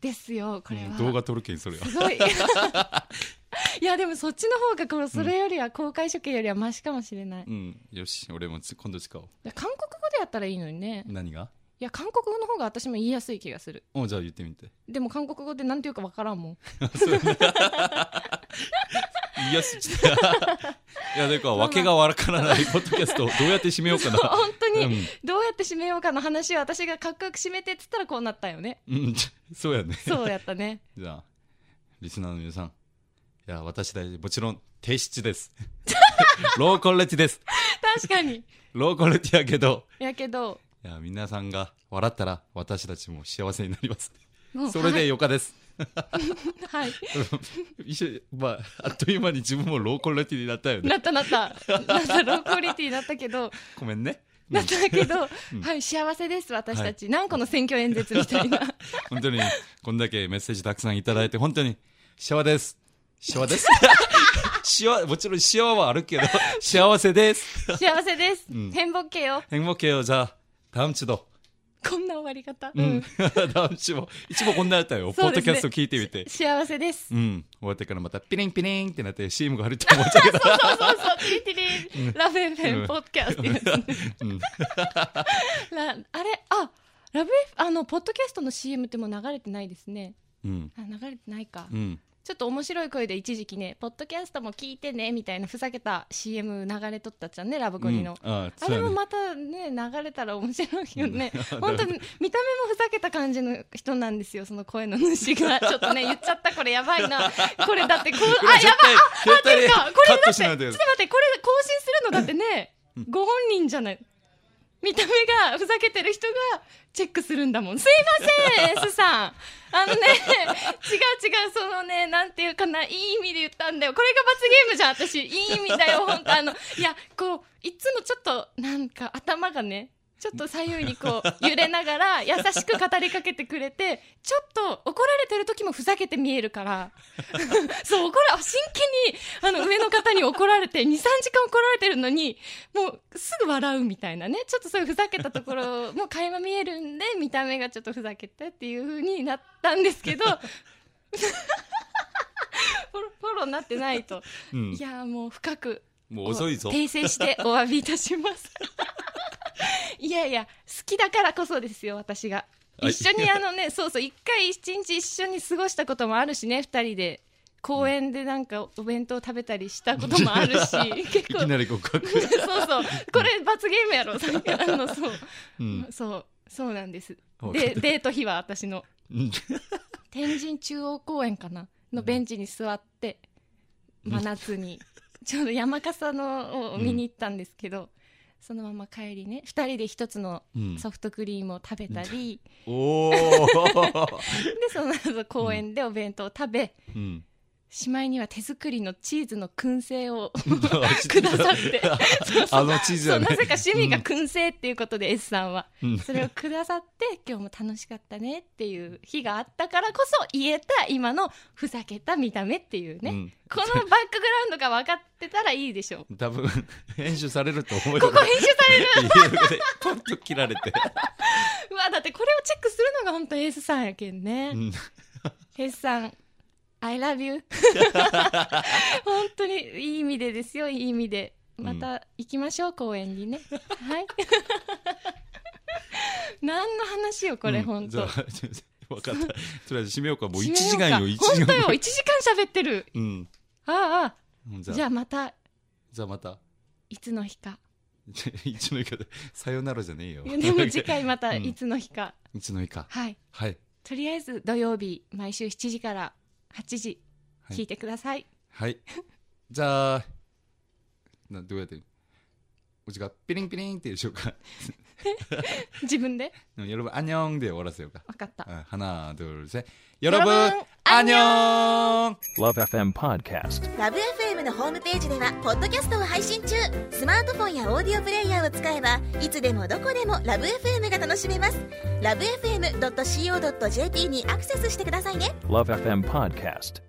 Speaker 2: ですよ、これは。
Speaker 1: うん動画撮るけん、
Speaker 2: [LAUGHS]
Speaker 1: それは。[LAUGHS]
Speaker 2: すごい。いや、でもそっちの方がこの、それよりは、公開処刑よりはマシかもしれない。い
Speaker 1: うん。よし、俺もつ今度使おう。
Speaker 2: や韓国語でやったらいいのにね。
Speaker 1: 何が
Speaker 2: いや、韓国語の方が私も言いやすい気がする。
Speaker 1: おじゃあ言ってみて。
Speaker 2: でも韓国語で何て言うかわから
Speaker 1: [LAUGHS]
Speaker 2: んもん。
Speaker 1: いや、す
Speaker 2: [LAUGHS]
Speaker 1: いや、だから、わけがわからないポッドキャスト、どうやって締めよう
Speaker 2: [LAUGHS]
Speaker 1: かな。
Speaker 2: 本当
Speaker 1: うん
Speaker 2: に、どうやって締めようかの話を私がかっこよく締めてっつったらこうなったよね。
Speaker 1: うん、 [LAUGHS] じゃそうやね。
Speaker 2: そうやったね。
Speaker 1: じゃあ、リスナーの皆さん。いや、私たち、もちろん、低質です。 [LAUGHS] ローコレティです。
Speaker 2: 確かに。
Speaker 1: ローコレティやけど、
Speaker 2: やけど、
Speaker 1: いや、皆さんが笑ったら、私たちも幸せになります。
Speaker 2: うん
Speaker 1: それでよかです。 [LAUGHS]
Speaker 2: はい。
Speaker 1: 一緒にまあ、あっという間に自分もローコレティになったよね。
Speaker 2: なったなった。なった、ロークオリティなったけど、
Speaker 1: ごめんね。
Speaker 2: なったけど、はい、幸せです、私たち。何個の選挙演説みた
Speaker 1: [LAUGHS]
Speaker 2: いな。
Speaker 1: 本当に、こんだけメッセージたくさんいただいて、本当に、幸せです。幸せです。 [LAUGHS] 幸せ、もちろん幸せはあるけど、幸せです。
Speaker 2: 幸せです。
Speaker 1: ん
Speaker 2: 変ぼっけよ。
Speaker 1: 행복해요じゃあ、ダムチド。
Speaker 2: こんな終わり方。
Speaker 1: う
Speaker 2: うんん。
Speaker 1: [LAUGHS] ダムチも、一応こんなやったよ、ポ
Speaker 2: そ
Speaker 1: ッ
Speaker 2: う
Speaker 1: ド
Speaker 2: ですね
Speaker 1: キャスト聞いてみて。
Speaker 2: 幸せです。
Speaker 1: うん。終わってからまた、ピリンピリンってなって CM が入ると思っちゃうけど。
Speaker 2: [LAUGHS] そうそうそう、ティリティリン、ラブ FM ポッドキャストってやつね
Speaker 1: うん
Speaker 2: ラあれあラブ F あのポッドキャストの CM ってもう流れてないですね
Speaker 1: うん。
Speaker 2: あ流れてないか、
Speaker 1: うん。
Speaker 2: ちょっと面白い声で一時期ねポッドキャストも聞いてねみたいなふざけた CM 流れとったじゃんねラブコリの、
Speaker 1: うんあ
Speaker 2: あ
Speaker 1: そう
Speaker 2: れ
Speaker 1: や
Speaker 2: も
Speaker 1: ね
Speaker 2: またね流れたら面白いよね
Speaker 1: うん
Speaker 2: [LAUGHS] 本当に見た目もふざけた感じの人なんですよその声の主がちょっとね言っちゃったこれやばいなこれだってこう
Speaker 1: これ
Speaker 2: あ
Speaker 1: 絶
Speaker 2: や
Speaker 1: 対、
Speaker 2: ばい
Speaker 1: 絶
Speaker 2: って
Speaker 1: 対
Speaker 2: いうかこ
Speaker 1: カ
Speaker 2: れ
Speaker 1: ッ
Speaker 2: だ
Speaker 1: ト
Speaker 2: っ
Speaker 1: してないで
Speaker 2: ちょっと待ってこれ更新するのだってねご本人じゃない見た目がふざけてる人がチェックするんだもんすいません S さんあのね違う違うそのねなんていうかないい意味で言ったんだよこれが罰ゲームじゃん私いい意味だよ本当あのいやこういつもちょっとなんか頭がねちょっと左右にこう揺れながら優しく語りかけてくれてちょっと怒られてる時もふざけて見えるからそう、怒ら、真剣に、あの、上の方に怒られて、2、3時間怒られてるのに、もう、すぐ笑うみたいなね。ちょっとそういうふざけたところも垣間見えるんで、見た目がちょっとふざけたっていう風になったんですけ
Speaker 1: [LAUGHS]
Speaker 2: ど、フォロフォローになってないと。
Speaker 1: うん
Speaker 2: い。やーもう深く。
Speaker 1: もう遅いぞ。
Speaker 2: 訂正してお詫びいたし
Speaker 1: [LAUGHS]
Speaker 2: ます。いやいや、好きだからこそですよ、私が。
Speaker 1: はい
Speaker 2: 一緒にあのね、 [LAUGHS] そうそう、一回一日一緒に過ごしたこともあるしね、二人で。公園でなんかお弁当食べたりしたこともあるし、 [LAUGHS] 結
Speaker 1: い
Speaker 2: 構。
Speaker 1: きなり告白。
Speaker 2: そうそう、これ罰ゲームやろ、 [LAUGHS] さっきあの、そう、
Speaker 1: うん。
Speaker 2: そう、そうなんです。
Speaker 1: わかっ
Speaker 2: で、
Speaker 1: た
Speaker 2: デート日は私の。
Speaker 1: うん
Speaker 2: 天神中央公園かなのベンチに座って真夏にちょうど山笠のを見に行ったんですけど、そのまま帰りね2人で1つの
Speaker 1: うん
Speaker 2: ソフトクリームを食べたり、
Speaker 1: おー。
Speaker 2: でその後公園でお弁当を食べ、
Speaker 1: うん。
Speaker 2: しまいには手作りのチーズの燻製を
Speaker 1: く
Speaker 2: [LAUGHS] くださって
Speaker 1: [LAUGHS] あの地図
Speaker 2: そ
Speaker 1: は
Speaker 2: う
Speaker 1: ね
Speaker 2: な。ぜか趣味が燻製っていうことで S さんは、
Speaker 1: うん
Speaker 2: それをくださって今日も楽しかったねっていう日があったからこそ言えた今のふざけた見た目っていうね、
Speaker 1: うん
Speaker 2: このバックグラウンドが分かってたらいいでしょう
Speaker 1: 多分、編集されると思う [LAUGHS] よ。
Speaker 2: ここ編集される
Speaker 1: れるパッと切られて。
Speaker 2: うわだってこれをチェックするのが本当エースさんやけんね、
Speaker 1: うん
Speaker 2: エースさん I
Speaker 1: [LAUGHS]
Speaker 2: love you 本当にいい意味でですよいい意味でまた行きましょう、公園にねはい [LAUGHS] 何の話よこれ、
Speaker 1: うん
Speaker 2: 本
Speaker 1: じゃ
Speaker 2: 当
Speaker 1: あ分かった。とりあえず締めようか。もう
Speaker 2: 締
Speaker 1: 1
Speaker 2: めよ
Speaker 1: 時
Speaker 2: うか
Speaker 1: 間よ、1時
Speaker 2: 本当
Speaker 1: 間。
Speaker 2: よ、1時間喋ってる。
Speaker 1: うん。
Speaker 2: ああ
Speaker 1: じゃあ、
Speaker 2: ああ、じ
Speaker 1: じ
Speaker 2: ゃ
Speaker 1: ゃ
Speaker 2: あまた、
Speaker 1: あま [LAUGHS] た。
Speaker 2: いつの
Speaker 1: [LAUGHS]
Speaker 2: 日か。
Speaker 1: 一の以下で、さよならじゃねえよ。[LAUGHS]
Speaker 2: でも次回また、
Speaker 1: うん
Speaker 2: いつの日か。
Speaker 1: 一の以下。
Speaker 2: はい。
Speaker 1: はい。
Speaker 2: とりあえず土曜日、毎週7時から8時、
Speaker 1: はい
Speaker 2: 聞いてください。
Speaker 1: はい。じゃあ、などうやってうちがピリンピリンってしようか。
Speaker 2: 自分で
Speaker 1: 어, 그럼여러분안녕네終わらせようか。
Speaker 2: 分かった。
Speaker 1: 아, 하나, 둘, 셋.
Speaker 2: 여러분,
Speaker 1: 여러분,アンニョン
Speaker 4: Love FM Podcast.
Speaker 5: ラブ f m のホームページではポッドキャストを配信中スマートフォンやオーディオプレイヤーを使えばいつでもどこでもラブ f m が楽しめますラブ FM.co.jp にアクセスしてくださいね
Speaker 4: Love FM Podcast.